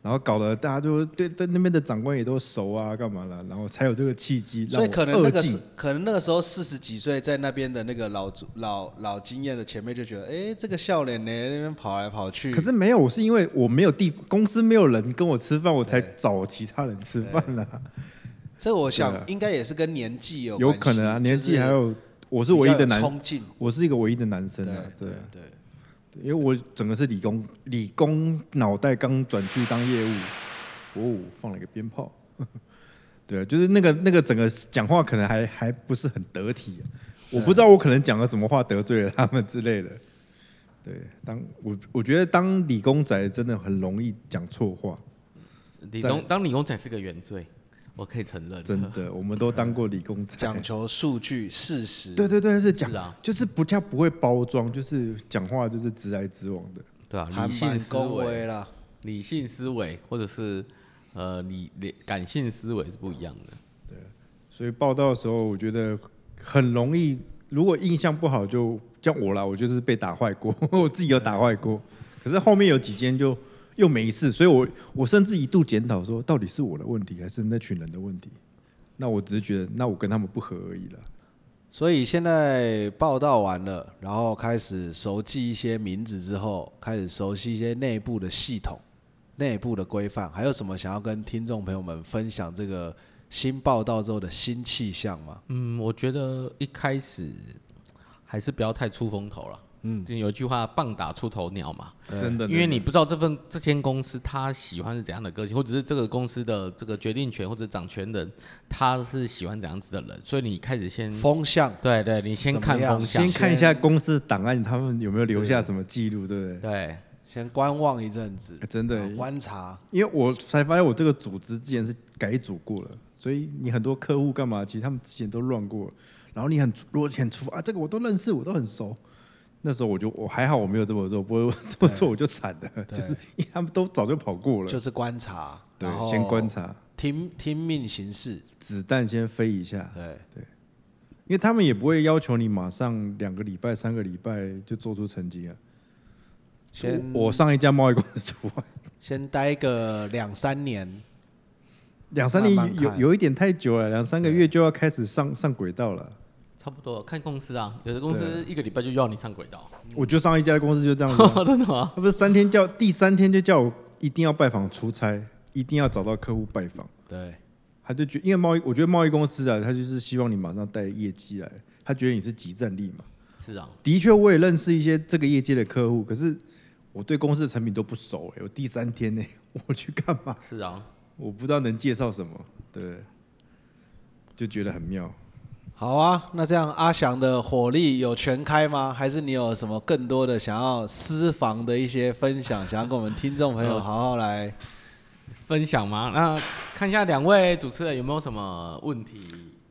然后搞得大家就对对那边的长官也都熟啊，干嘛的，然后才有这个契机让
所
我
以可能那
二
个
进
时。，可能那个时候四十几岁，在那边的那个老族老老经验的前辈就觉得，哎、这个笑脸呢，那边跑来跑去。
可是没有，我是因为我没有地公司没有人跟我吃饭，我才
对
找其他人吃饭啊。
这我
对啊
想应该也是跟年纪有
有
关系
可能啊，年
就
纪
是
还有，我是唯一
比较
的
有
男
冲劲，
我是一个唯一的男
对
生啊，对
对
啊，
对。
对因为我整个是理工，理工脑袋刚转去当业务，哦，放了一个鞭炮， *laughs* 对啊，就是那个那个整个讲话可能还还不是很得体啊、我不知道我可能讲了什么话得罪了他们之类的，对，当我我觉得当理工仔真的很容易讲错话，
理
在
工当理工仔是个原罪，我可以承认。
真的，我们都当过理工仔，
讲求数据事实，
对对对，是讲
是啊
就是不叫不会包装，就是讲话就是直来直往的。
对啊，
还
理性
蛮
思
恭
维，
维啦。
理性思维或者是呃理理感性思维是不一样的。
所以报道的时候，我觉得很容易，如果印象不好就，像我啦，我就是被打坏过， *laughs* 我自己有打坏过。可是后面有几间就又没事，所以我我甚至一度检讨说，到底是我的问题还是那群人的问题？那我只是觉得，那我跟他们不合而已了。
所以现在报道完了，然后开始熟记一些名字之后，开始熟悉一些内部的系统、内部的规范，还有什么想要跟听众朋友们分享这个新报道之后的新气象吗？
嗯，我觉得一开始还是不要太出风头了。嗯，有一句话“棒打出头鸟”嘛，
真的，
因为你不知道这份这间公司他喜欢是怎样的个性，或者是这个公司的这个决定权或者掌权人他是喜欢怎样子的人，所以你开始先
嗯
风向
对对，你先
怎么
看
样
风向
先，看一下公司档案，他们有没有留下什么记录，对不对？
对
先观望一阵子，
哎真的
然后观察。
因为我才发现我这个组织之前是改组过了，所以你很多客户干嘛，其实他们之前都乱过了。然后你很如果很出啊，这个我都认识，我都很熟。那时候我就我还好，我没有这么做，不会这么做我就惨了，
*laughs*
*laughs*
对
就是因为他们都早就哦跑过了。
就是观察，
对
然，后
先观，察，
听听命行事，
子弹先飞一下，
对，
因为他们也不会要求你马上两个礼拜、三个礼拜就做出成绩啊。
先
我我上一家贸易公司除外，
先待个两三年，
两三年
慢慢
有
看
有一点太久了，两三个月就要开始上上轨道了。
差不多看公司啊，有的公司一个礼拜就要你上轨道，
我就上一家公司就这样子
*laughs*
啊、
真的吗？
他不是三天叫第三天就叫我一定要拜访出差，一定要找到客户拜访。
对，
他就觉因为贸易，我觉得贸易公司啊，他就是希望你马上带业绩来，他觉得你是集战力嘛。
是啊，
的确，我也认识一些这个业界的客户，可是我对公司的产品都不熟、欸、我第三天呢、 *laughs* 我去干嘛？
是啊，
我不知道能介绍什么，对，就觉得很妙。
好啊，那这样阿翔的火力有全开吗？还是你有什么更多的想要私房的一些分享，想要跟我们听众朋
呃
友好好来？
分享吗？那看一下两位主持人有没有什么问题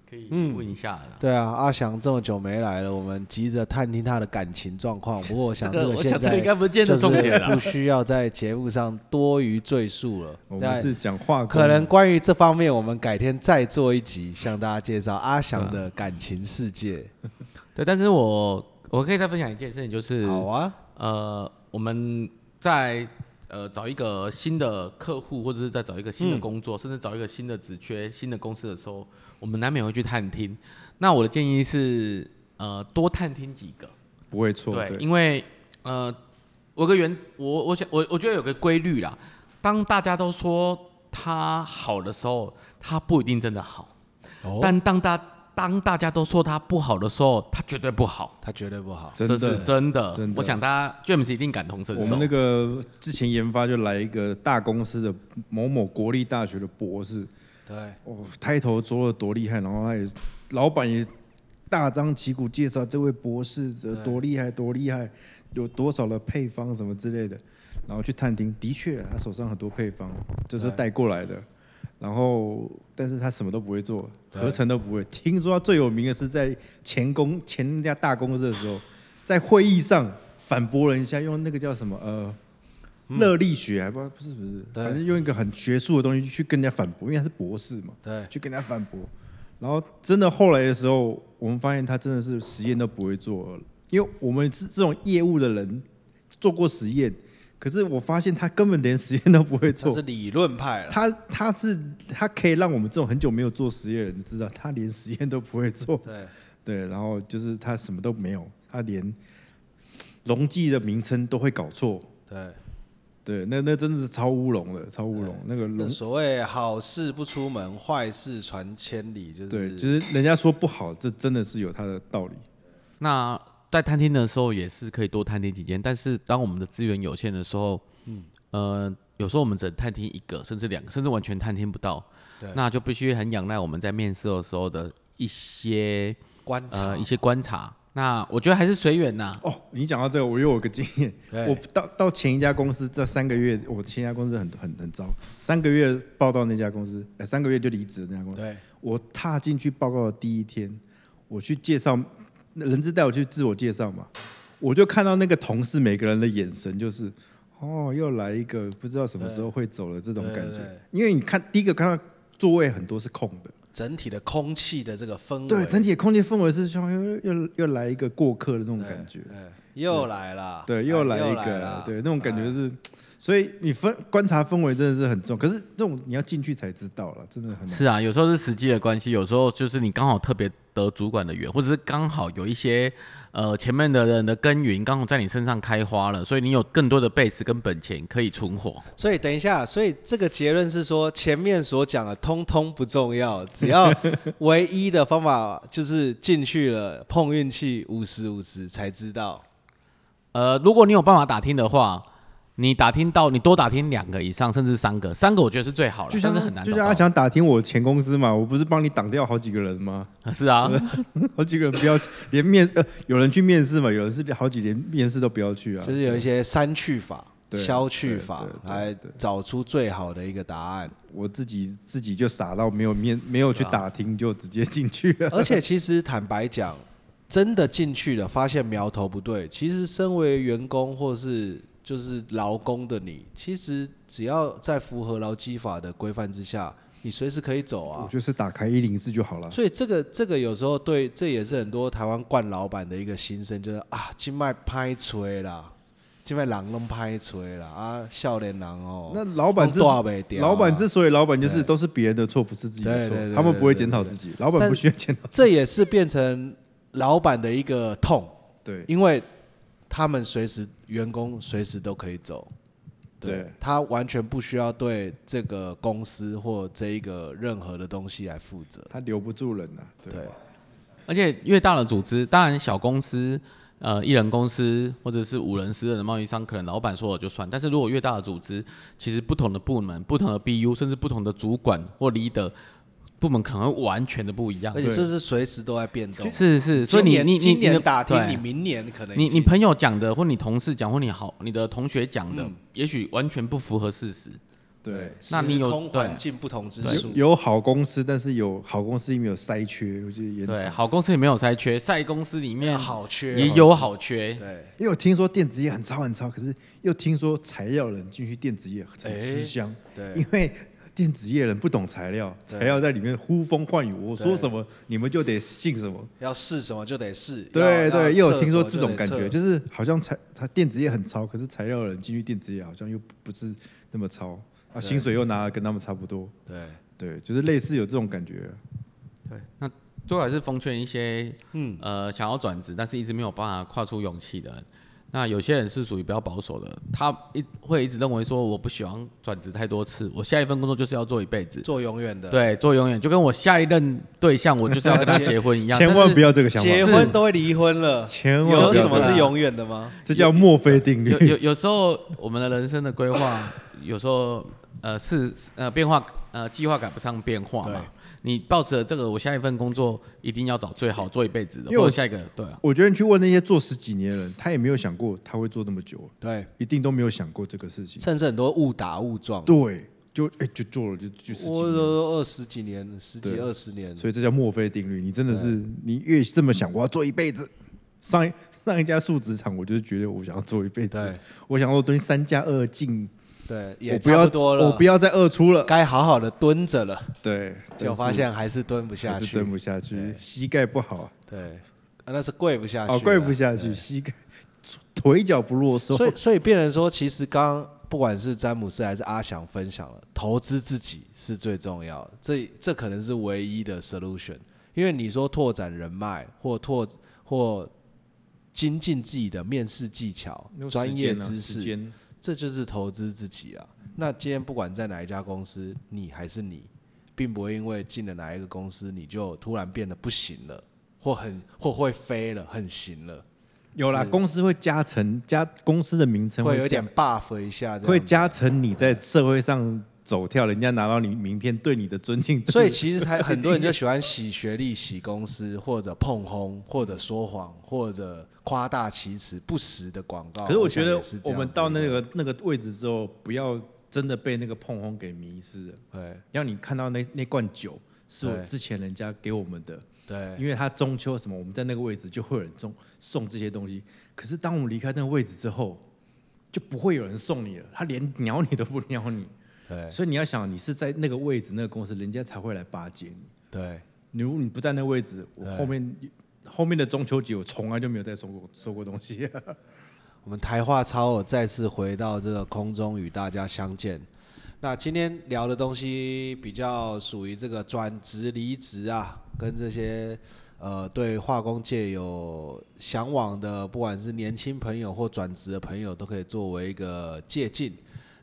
可以
嗯
问一下的。
对啊，阿翔这么久没来了，我们急着探听他的感情状况。不过我想
这
这
个
个
我
现
想这个
在
应该不见得
就是
重点啦
不需要在节目上多余赘述了。
我
对
们是讲化工，
可能关于这方面，我们改天再做一集，向大家介绍阿翔的感情世界。
对，但是我我可以再分享一件事情，就是
好啊，
呃，我们在呃找一个新的客户，或者是在找一个新的工作，甚至找一个新的职缺、新的公司的时候，我们难免会去探听。那我的建议是，呃，多探听几个。
不会错，
对，
对，
因为呃，我有个原，我我想我我觉得有个规律啦，当大家都说它好的时候，它不一定真的好，
哦，
但当大当大家都说它不好的时候，它绝对不好，
他绝对不好。
真
这
的
是真的。
真的
我想大家 James 一定感同身
我
受
们。那个之前研发就来一个大公司的某某国立大学的博士，
对，
哦，开头做的多厉害，然后他也老板也大张旗鼓介绍这位博士的多厉害多厉害，有多少的配方什么之类的，然后去探听，的确他手上很多配方，就是带过来的。然后，但是他什么都不会做，
对
合成都不会。听说他最有名的是在前公前人家大公司的时候，在会议上反驳人家，用那个叫什么呃热力学，还不不是不是，
嗯对
反正用一个很学术的东西去跟人家反驳，因为他是博士嘛，
对，
去跟人家反驳。然后真的后来的时候，我们发现他真的是实验都不会做，因为我们是这种业务的人做过实验，可是我发现他根本连实验都不会
这
做
是。理论派了。
他他是他可以让我们这种很久没有做实验的人知道，他连实验都不会做。
对，
对，然后就是他什么都没有，他连溶剂的名称都会搞错。
对，
对，那那真的是超乌龙的，超乌龙。那个
那
龙，
所谓好事不出门，坏事传千里，就是
对，就是人家说不好，这真的是有它的道理。
那在探听的时候也是可以多探听几间，但是当我们的资源有限的时候，嗯，呃，有时候我们只能探听一个，甚至两个，甚至完全探听不到
对，
那就必须很仰赖我们在面试的时候的一些
观察、
呃一些观察。那我觉得还是随缘呐，
哦，你讲到这个，我又有个经
*laughs*
验。
对
我到到前一家公司，这三个月，我前一家公司很很很糟，三个月报到那家公司，哎、三个月就离职的那家公司。
对，
我踏进去报告的第一天，我去介绍，人资带我去自我介绍嘛，我就看到那个同事每个人的眼神就是，哦，又来一个不知道什么时候会走了这种感
对
觉
对对。
因为你看第一个看到座位很多是空的，
整体的空气的这个氛围，
对，整体的空间氛围是像又又又来一个过客的那种
对
感觉。
对又来了，
对，又来一
哎又
个
了哎
了，对，那种感觉是，所以你分观察氛围真的是很重要，可是这种你要进去才知道了，真的很难。
是啊，有时候是时机的关系，有时候就是你刚好特别得主管的缘，或者是刚好有一些呃前面的人的耕耘刚好在你身上开花了，所以你有更多的 base 跟本钱可以存活。
所以等一下，所以这个结论是说，前面所讲的通通不重要，只要唯一的方法就是进去了碰运气，五十五十才知道。
呃，如果你有办法打听的话，你打听到你多打听两个以上，甚至三个，三个我觉得是最好了，
就
但
像
是很难
就
找
像阿
到。
翔打听我前公司嘛，我不是帮你挡掉好几个人吗？
啊是啊，
*laughs* 好几个人不要连面呃，有人去面试嘛，有人是好几连面试都不要去啊。
就是有一些删去法、
对
消去法
对对，对
来
对
找出最好的一个答案。
我自己自己就傻到没有面没有去打听就直接进去 *laughs* 了。
而且其实坦白讲，真的进去了，发现苗头不对，其实身为员工或是就是劳工的你，其实只要在符合劳基法的规范之下，你随时可以走啊
*laughs* 我。就是打开一零四就好了。
所以这个这个有时候对，这也是很多台湾惯老板的一个心声，就是啊，今麦拍吹啦，今麦狼弄拍吹啦，啊，笑脸狼哦，
那老板之
大袂掉啊
老板之所以老板，就是
对
都是别人的错，不是自己的
对对对
错，
对
他们不会检讨自己，老板
但
不需要检讨。
这也是变成老板的一个痛，
对
因为他们随时员工随时都可以走，
对
他完全不需要对这个公司或这一个任何的东西来负责，
他留不住人呐、啊对
对
而且越大的组织，当然小公司，呃，一人公司或者是五人、十人的贸易商，可能老板说了就算。但是如果越大的组织，其实不同的部门、不同的 BU，甚至不同的主管或 leader 部门，可能会完全的不一样
而。且这是随时都在变动。
是是，所以你
今年
你你
今
你的
年打听，
对
你明年可能已
你你
经
朋友讲的，或你同事讲，或你好你的同学讲的，
嗯
也许完全不符合事实。
对。
那你有
时空环
对
境不同之
对
数
有，有好公司，但是有好公司里面有塞缺，我觉得延
对，
长。
好公司里没有筛缺，赛公司里面
好缺哦
也有好缺。
对。
因为我听说电子业很超很超，可是又听说材料人进去电子业很吃香，
哎对
因为电子业人不懂材料，材料在里面呼风唤雨，我说
对
什么你们就得信什么。
要试什么就得试，要
对对，也
要
有听说
测
这
什么
种
得
感觉，
测
就是好像材他电子业很超，可是材料人进去电子业好像又不是那么超，啊，薪水又拿的跟他们差不多，
对
对，就是类似有这种感觉。
对，那最后还是奉劝一些，嗯，呃，想要转职但是一直没有办法跨出勇气的人。那有些人是属于比较保守的，他一会一直认为说，我不喜欢转职太多次，我下一份工作就是要做一辈子，
做永远的，，
对，做永远，就跟我下一任对象，我就是要 *laughs* 跟他结婚一样。
千万不
要，
要这个想法，
结婚都会离婚了，
千万
有
不要
什
这
么
个
是永远的吗？
这叫墨菲定律
有。有有时候我们的人生的规划，有时候呃是呃变化呃计划赶不上变化
对
嘛。你抱着这个，我下一份工作一定要找最好做一辈子的，
因为我
或者下一个对啊，
我觉得你去问那些做十几年的人，他也没有想过他会做那么久，啊
对，
一定都没有想过这个事情。
甚至很多误打误撞，
对，就哎、就做了就就十几
我
年，
都二十几年，十几
对
二十年，
所以这叫墨菲定律。你真的是你越这么想，我要做一辈子。上一上一家数值厂，我就是觉得我想要做一辈子
对，
我想要蹲三加二进，
对，
我
也
不要
差不多了，
我不要再二出了。
该好好的蹲着了，
对，
结果发现还是蹲不
但
下
是还是
去
蹲，不下去，膝盖不好，
对，啊那是跪不下去，
哦，跪不。下去，膝盖腿脚不落收。
所以，所以变成说，其实刚刚不管是詹姆斯还是阿翔分享了，投资自己是最重要的，这这可能是唯一的 solution。因为你说拓展人脉，或拓或精进自己的面试技巧、
用
专
时
业
间啊
知
时
识，
间
这就是投资自己啊。那今天不管在哪一家公司，你还是你，并不会因为进了哪一个公司，你就突然变得不行了，或很或会飞了，很行了，
有啦，
是
公司会加成加公司的名称
会有
加
点 buff 一下这样子，
会加成你在社会上走跳，人家拿到你名片对你的尊敬。
所以其实
*laughs*
才很多人就喜欢洗学历、洗公司，或者碰轰，或者说谎，或者夸大其词、不实的广告。
可是我
想
觉得
也是这
我
样
们
子
到
的
那个那个位置之后，不要真的被那个碰轰给迷失了。
对
要你看到那那罐酒是我
对
之前人家给我们的，
对
因为他中秋什么，我们在那个位置就会有人送送这些东西。可是当我们离开那个位置之后，就不会有人送你了，他连鸟你都不鸟你。
对
所以你要想，你是在那个位置、那个公司，人家才会来巴结你。
对
你如果你不在那位置，我后面后面的中秋节我从来就没有再收过收过东西。 *laughs*
我们台话超我再次回到这个空中与大家相见。那今天聊的东西比较属于这个转职、离职啊，跟这些呃对化工界有向往的，不管是年轻朋友或转职的朋友，都可以作为一个借鉴。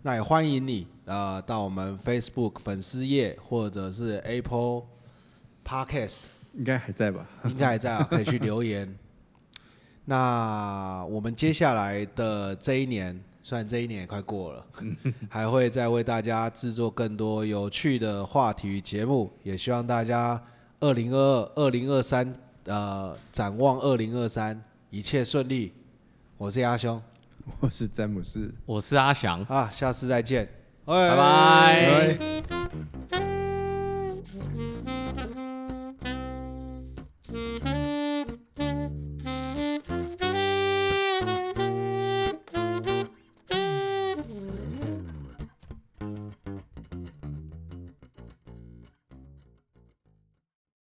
那也欢迎你啊、呃到我们 Facebook 粉丝页或者是 Apple Podcast
应该还在吧？
*laughs* 应该还在啊，可以去留言。 *laughs* 那我们接下来的这一年，虽然这一年也快过了，还会再为大家制作更多有趣的话题与节目，也希望大家二零二二、二零二三，呃，展望二零二三，一切顺利。我是阿兄
我是詹姆斯。
我是阿翔，
啊，下次再见，
拜
拜
拜。